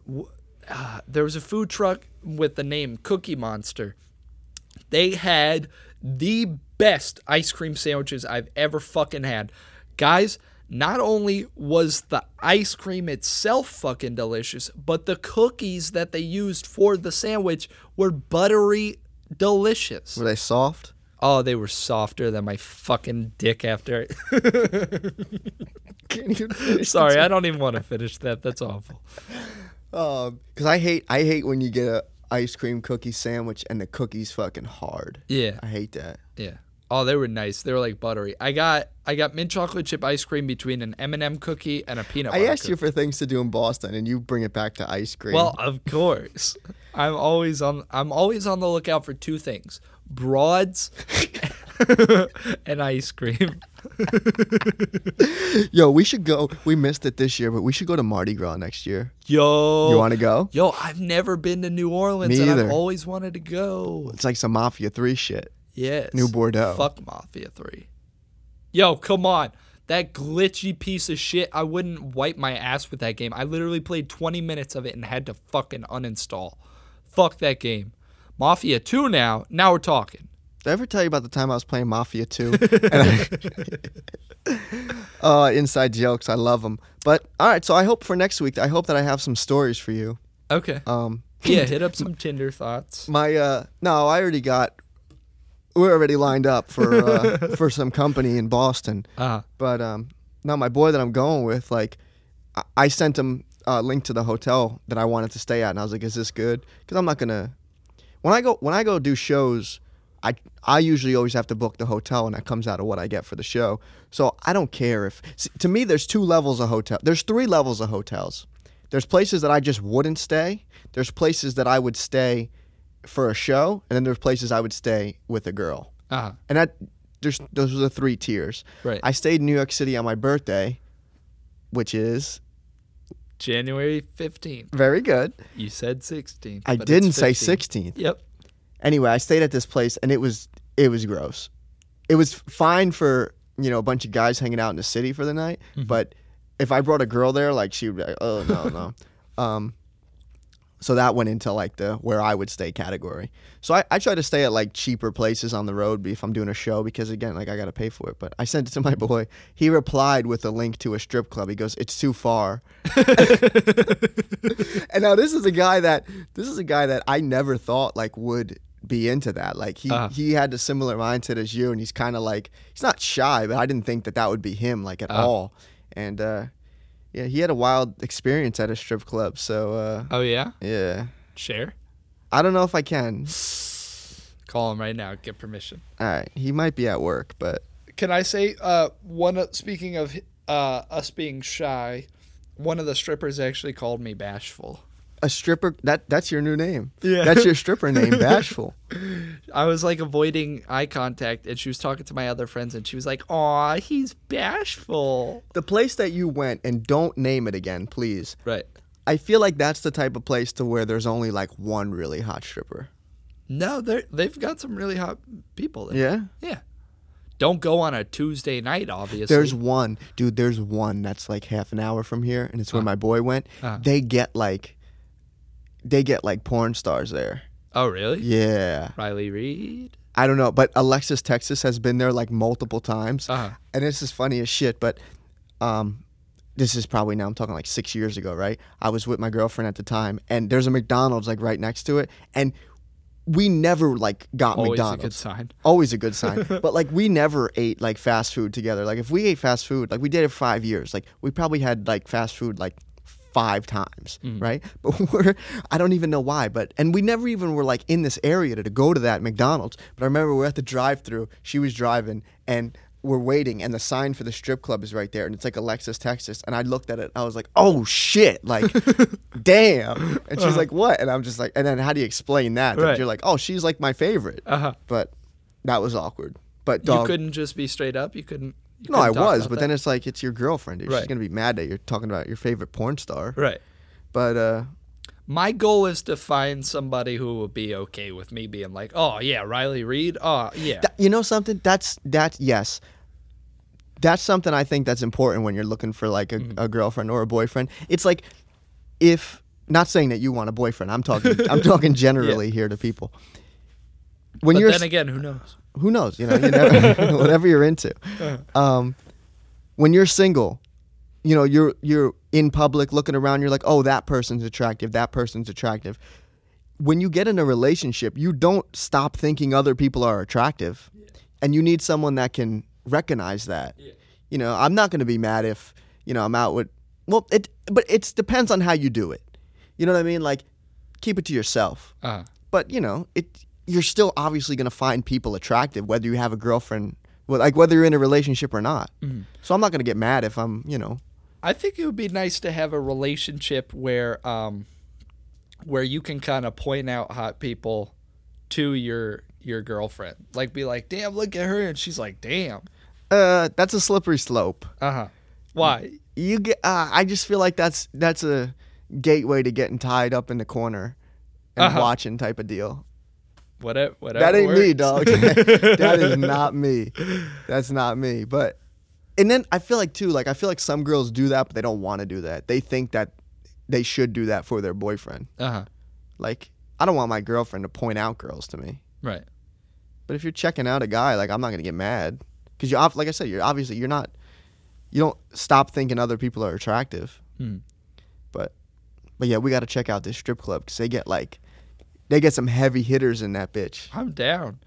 B: w- uh, there was a food truck with the name Cookie Monster. They had the best ice cream sandwiches I've ever fucking had. Guys, not only was the ice cream itself fucking delicious, but the cookies that they used for the sandwich were buttery delicious.
C: Were they soft?
B: Oh, they were softer than my fucking dick after.
C: Can't even finish.
B: Sorry, I don't even want to finish that. That's awful.
C: Because Um, I hate I hate when you get a ice cream cookie sandwich and the cookie's fucking hard.
B: Yeah.
C: I hate that.
B: Yeah. Oh, they were nice. They were like buttery. I got I got mint chocolate chip ice cream between an M and m cookie and a peanut.
C: I
B: butter
C: asked you
B: cookie.
C: for things to do in Boston, and you bring it back to ice cream.
B: Well, of course. I'm always on. I'm always on the lookout for two things: broads and ice cream.
C: yo, we should go. We missed it this year, but we should go to Mardi Gras next year.
B: Yo.
C: You want to go?
B: Yo, I've never been to New Orleans,
C: Me
B: and I've
C: either.
B: always wanted to go.
C: It's like some Mafia Three shit.
B: Yes.
C: New Bordeaux.
B: Fuck Mafia 3. Yo, come on. That glitchy piece of shit. I wouldn't wipe my ass with that game. I literally played 20 minutes of it and had to fucking uninstall. Fuck that game. Mafia 2 now. Now we're talking.
C: Did I ever tell you about the time I was playing Mafia Two? And I- uh, inside jokes, I love them. But all right, so I hope for next week. I hope that I have some stories for you.
B: Okay.
C: Um,
B: yeah, hit up some Tinder thoughts.
C: my uh, no, I already got. We're already lined up for uh, for some company in Boston.
B: Uh,
C: But um, no, my boy that I'm going with, like, I, I sent him a link to the hotel that I wanted to stay at, and I was like, "Is this good?" Because I'm not gonna. When I go when I go do shows, I I usually always have to book the hotel, and that comes out of what I get for the show. So I don't care if see, to me there's two levels of hotel. There's three levels of hotels. There's places that I just wouldn't stay. There's places that I would stay for a show, and then there's places I would stay with a girl
B: uh,
C: and that there's those are the three tiers.
B: Right.
C: I stayed in New York City on my birthday, which is
B: January 15th.
C: very good.
B: You said 16th.
C: I
B: but it's
C: didn't say 16th.
B: 15th. Yep.
C: Anyway, I stayed at this place and it was it was gross. It was fine for you know a bunch of guys hanging out in the city for the night, but if I brought a girl there, like she would be like, oh no no. um, so that went into like the where I would stay category. So I, I try to stay at like cheaper places on the road if I'm doing a show because again like I gotta pay for it. But I sent it to my boy. He replied with a link to a strip club. He goes, "It's too far." and now this is a guy that this is a guy that I never thought like would be into that. Like he
B: Uh-huh.
C: he had a similar mindset as you, and he's kind of like he's not shy, but I didn't think that that would be him like at
B: Uh-huh.
C: all. And uh, yeah, he had a wild experience at a strip club. So uh,
B: Oh, yeah?
C: yeah.
B: Share.
C: I don't know if I can.
B: Call him right now. Get permission.
C: All right, he might be at work, but
B: can I say uh, one? of- Speaking of uh, us being shy, one of the strippers actually called me bashful.
C: a stripper that that's your new name.
B: Yeah.
C: That's your stripper name, Bashful.
B: I was like avoiding eye contact, and she was talking to my other friends, and she was like, "Aw, he's bashful."
C: the place that you went and don't name it again, please.
B: Right.
C: I feel like that's the type of place to where there's only like one really hot stripper.
B: No, they they've got some really hot people there.
C: Yeah.
B: Yeah. Don't go on a Tuesday night, obviously.
C: There's one, dude. There's one that's like half an hour from here, and it's
B: Uh-huh.
C: where my boy went.
B: Uh.
C: They get like, they get like porn stars there.
B: oh really?
C: Yeah.
B: Riley Reed.
C: I don't know, but Alexis Texas has been there like multiple times,
B: Uh-huh.
C: and this is funny as shit. But um, this is probably now I'm talking like six years ago, right? I was with my girlfriend at the time, and there's a McDonald's like right next to it, and we never like got
B: Always
C: McDonald's.
B: a good sign.
C: Always a good sign. but like we never ate like fast food together. Like if we ate fast food, like we did it five years. Like we probably had like fast food like five times,
B: Mm-hmm.
C: right? But we're I don't even know why, but and we never even were like in this area to, to go to that McDonald's. But I remember we're at the drive through, she was driving and we're waiting and the sign for the strip club is right there and it's like Alexis Texas and I looked at it I was like oh shit like damn and she's like what and I'm just like and then how do you explain that That
B: Uh-huh. Right.
C: you're like oh she's like my favorite
B: Uh-huh.
C: but that was awkward but
B: You
C: dog,
B: couldn't just be straight up. You couldn't. you
C: no I
B: couldn't talk
C: was
B: about
C: but
B: that?
C: then it's like it's your girlfriend dude. she's
B: Right.
C: gonna be mad that you're talking about your favorite porn star
B: right.
C: but uh
B: My goal is to find somebody who will be okay with me being like, oh yeah, Riley Reed. Oh yeah,
C: Th- you know something that's that yes that's something i think that's important when you're looking for like a,
B: Mm-hmm.
C: a girlfriend or a boyfriend it's like if not saying that you want a boyfriend i'm talking i'm talking generally here to people when
B: but
C: you're
B: then
C: s-
B: again, who knows?
C: who knows you know you never, whatever you're into um, when you're single you know you're you're in public looking around you're like oh that person's attractive that person's attractive when you get in a relationship you don't stop thinking other people are attractive and you need someone that can recognize that you know i'm not going to be mad if you know i'm out with well it but it depends on how you do it you know what i mean like keep it to yourself
B: Uh,
C: but you know it you're still obviously going to find people attractive whether you have a girlfriend well, like whether you're in a relationship or not so i'm not going to get mad if i'm you know
B: I think it would be nice to have a relationship where, um, where you can kind of point out hot people to your your girlfriend, like be like, damn, look at her, and she's like, damn.
C: uh that's a slippery slope
B: Uh huh. Why?
C: you get uh, i just feel like that's that's a gateway to getting tied up in the corner and watching type of deal
B: Whatever. e, Whatever.
C: that ain't me,
B: works.
C: dog. that is not me. That's not me. But and then I feel like too, like I feel like some girls do that, but they don't want to do that. They think that they should do that for their boyfriend.
B: Uh huh.
C: Like I don't want my girlfriend to point out girls to me.
B: Right.
C: But if you're checking out a guy, like I'm not gonna get mad because you, like I said, you're obviously you're not. You don't stop thinking other people are attractive.
B: Hmm.
C: But but yeah, we got to check out this strip club because they get like they get some heavy hitters in that bitch.
B: I'm down.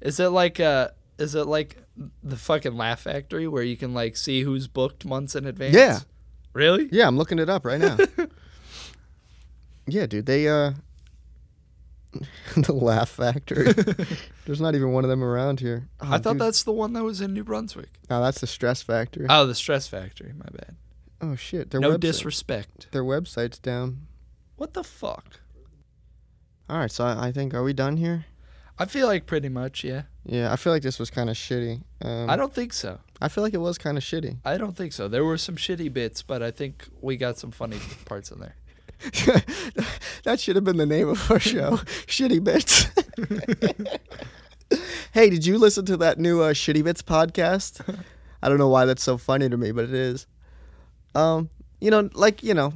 B: Is it like uh is it like the fucking Laugh Factory where you can like see who's booked months in advance?
C: Yeah.
B: Really?
C: Yeah, I'm looking it up right now. yeah, dude, they uh the Laugh Factory. There's not even one of them around here. Oh,
B: I thought
C: dude.
B: that's the one that was in New Brunswick.
C: No, that's the Stress Factory.
B: Oh, the Stress Factory. My bad.
C: oh shit, their
B: no
C: website-
B: disrespect.
C: their website's down.
B: What the fuck?
C: All right, so I, I think are we done here?
B: I feel like pretty much, yeah.
C: Yeah, I feel like this was kind of shitty. Um,
B: I don't think so.
C: I feel like it was kind of shitty.
B: I don't think so. There were some shitty bits, but I think we got some funny parts in there.
C: that should have been the name of our show. Shitty Bits. hey, did you listen to that new uh, Shitty Bits podcast? I don't know why that's so funny to me, but it is. Um, you know, like you know,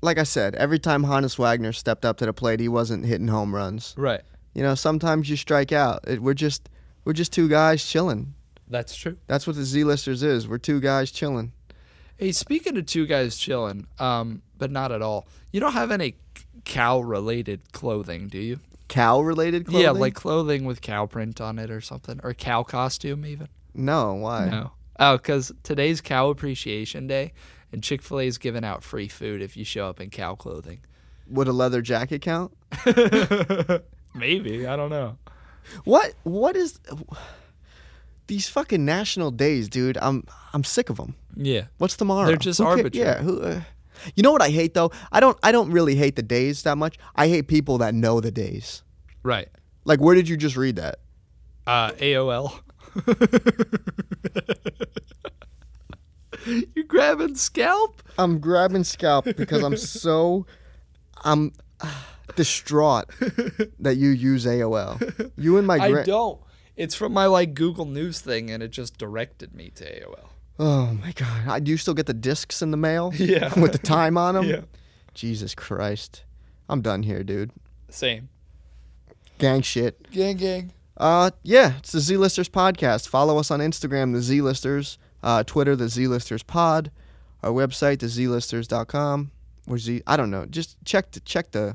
C: like I said, every time Hannes Wagner stepped up to the plate, he wasn't hitting home runs.
B: Right.
C: You know, sometimes you strike out. It, we're just we're just two guys chilling.
B: That's true.
C: That's what the Z listers is. We're two guys chilling.
B: Hey, speaking of two guys chilling, um, but not at all. You don't have any cow related clothing, do you?
C: Cow related clothing?
B: Yeah, like clothing with cow print on it or something, or cow costume even.
C: no. Why?
B: No. Oh, because today's Cow Appreciation Day, and Chick Fil A is giving out free food if you show up in cow clothing.
C: Would a leather jacket count?
B: Maybe I don't know.
C: What what is these fucking national days, dude? I'm I'm sick of them.
B: Yeah.
C: What's tomorrow?
B: They're just
C: Who ca-
B: arbitrary.
C: Yeah. Who, uh, you know what I hate though? I don't I don't really hate the days that much. I hate people that know the days.
B: Right.
C: Like where did you just read that?
B: Uh, AOL. You're grabbing scalp.
C: I'm grabbing scalp because I'm so I'm distraught that you use AOL. You and my
B: I
C: gra-
B: don't. It's from my like Google News thing, and it just directed me to AOL.
C: Oh my god! I, do you still get the discs in the mail?
B: Yeah.
C: with the time on them.
B: Yeah.
C: Jesus Christ, I'm done here, dude.
B: Same.
C: Gang shit.
B: Gang, gang.
C: Uh, yeah, it's the Z Listers podcast. Follow us on Instagram, the Z Listers. Uh, Twitter, the Z Listers Pod. our website, the zlisters.com, or Z. I don't know. Just check the, check the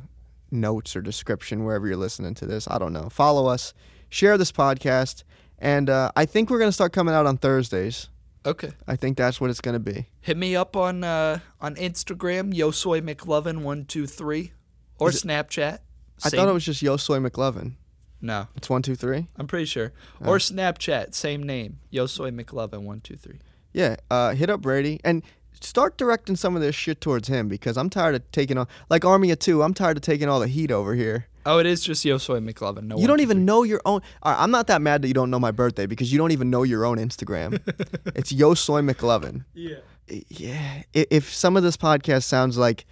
C: notes or description wherever you're listening to this. I don't know. Follow us, share this podcast, and uh, I think we're gonna start coming out on Thursdays.
B: Okay.
C: I think that's what it's gonna be.
B: Hit me up on uh, on Instagram, Yosoy McLovin one two three, or Snapchat.
C: I thought it was just Yosoy McLovin.
B: no.
C: It's one, two, three.
B: I'm pretty sure.
C: Oh.
B: Or Snapchat, same name, Yosoy McLovin one two three.
C: Yeah, uh, hit up Brady and start directing some of this shit towards him because I'm tired of taking on like Army of Two. I'm tired of taking all the heat over here.
B: Oh, it is just Yosoy McLovin. No,
C: You don't even know your own. All right, I'm not that mad that you don't know my birthday because you don't even know your own Instagram. it's Yo Soy McLovin.
B: Yeah.
C: I- Yeah. i- If some of this podcast sounds like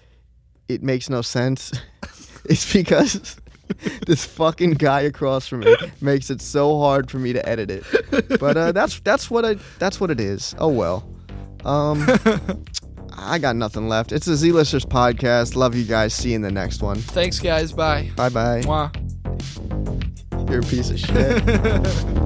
C: it makes no sense, it's because this fucking guy across from me makes it so hard for me to edit it. But uh, that's that's what I that's what it is. Oh well. Um, I got nothing left. It's the Z Listers podcast. Love you guys. See you in the next one.
B: Thanks, guys. Bye.
C: Bye bye.
B: Mwah.
C: You're a piece of shit.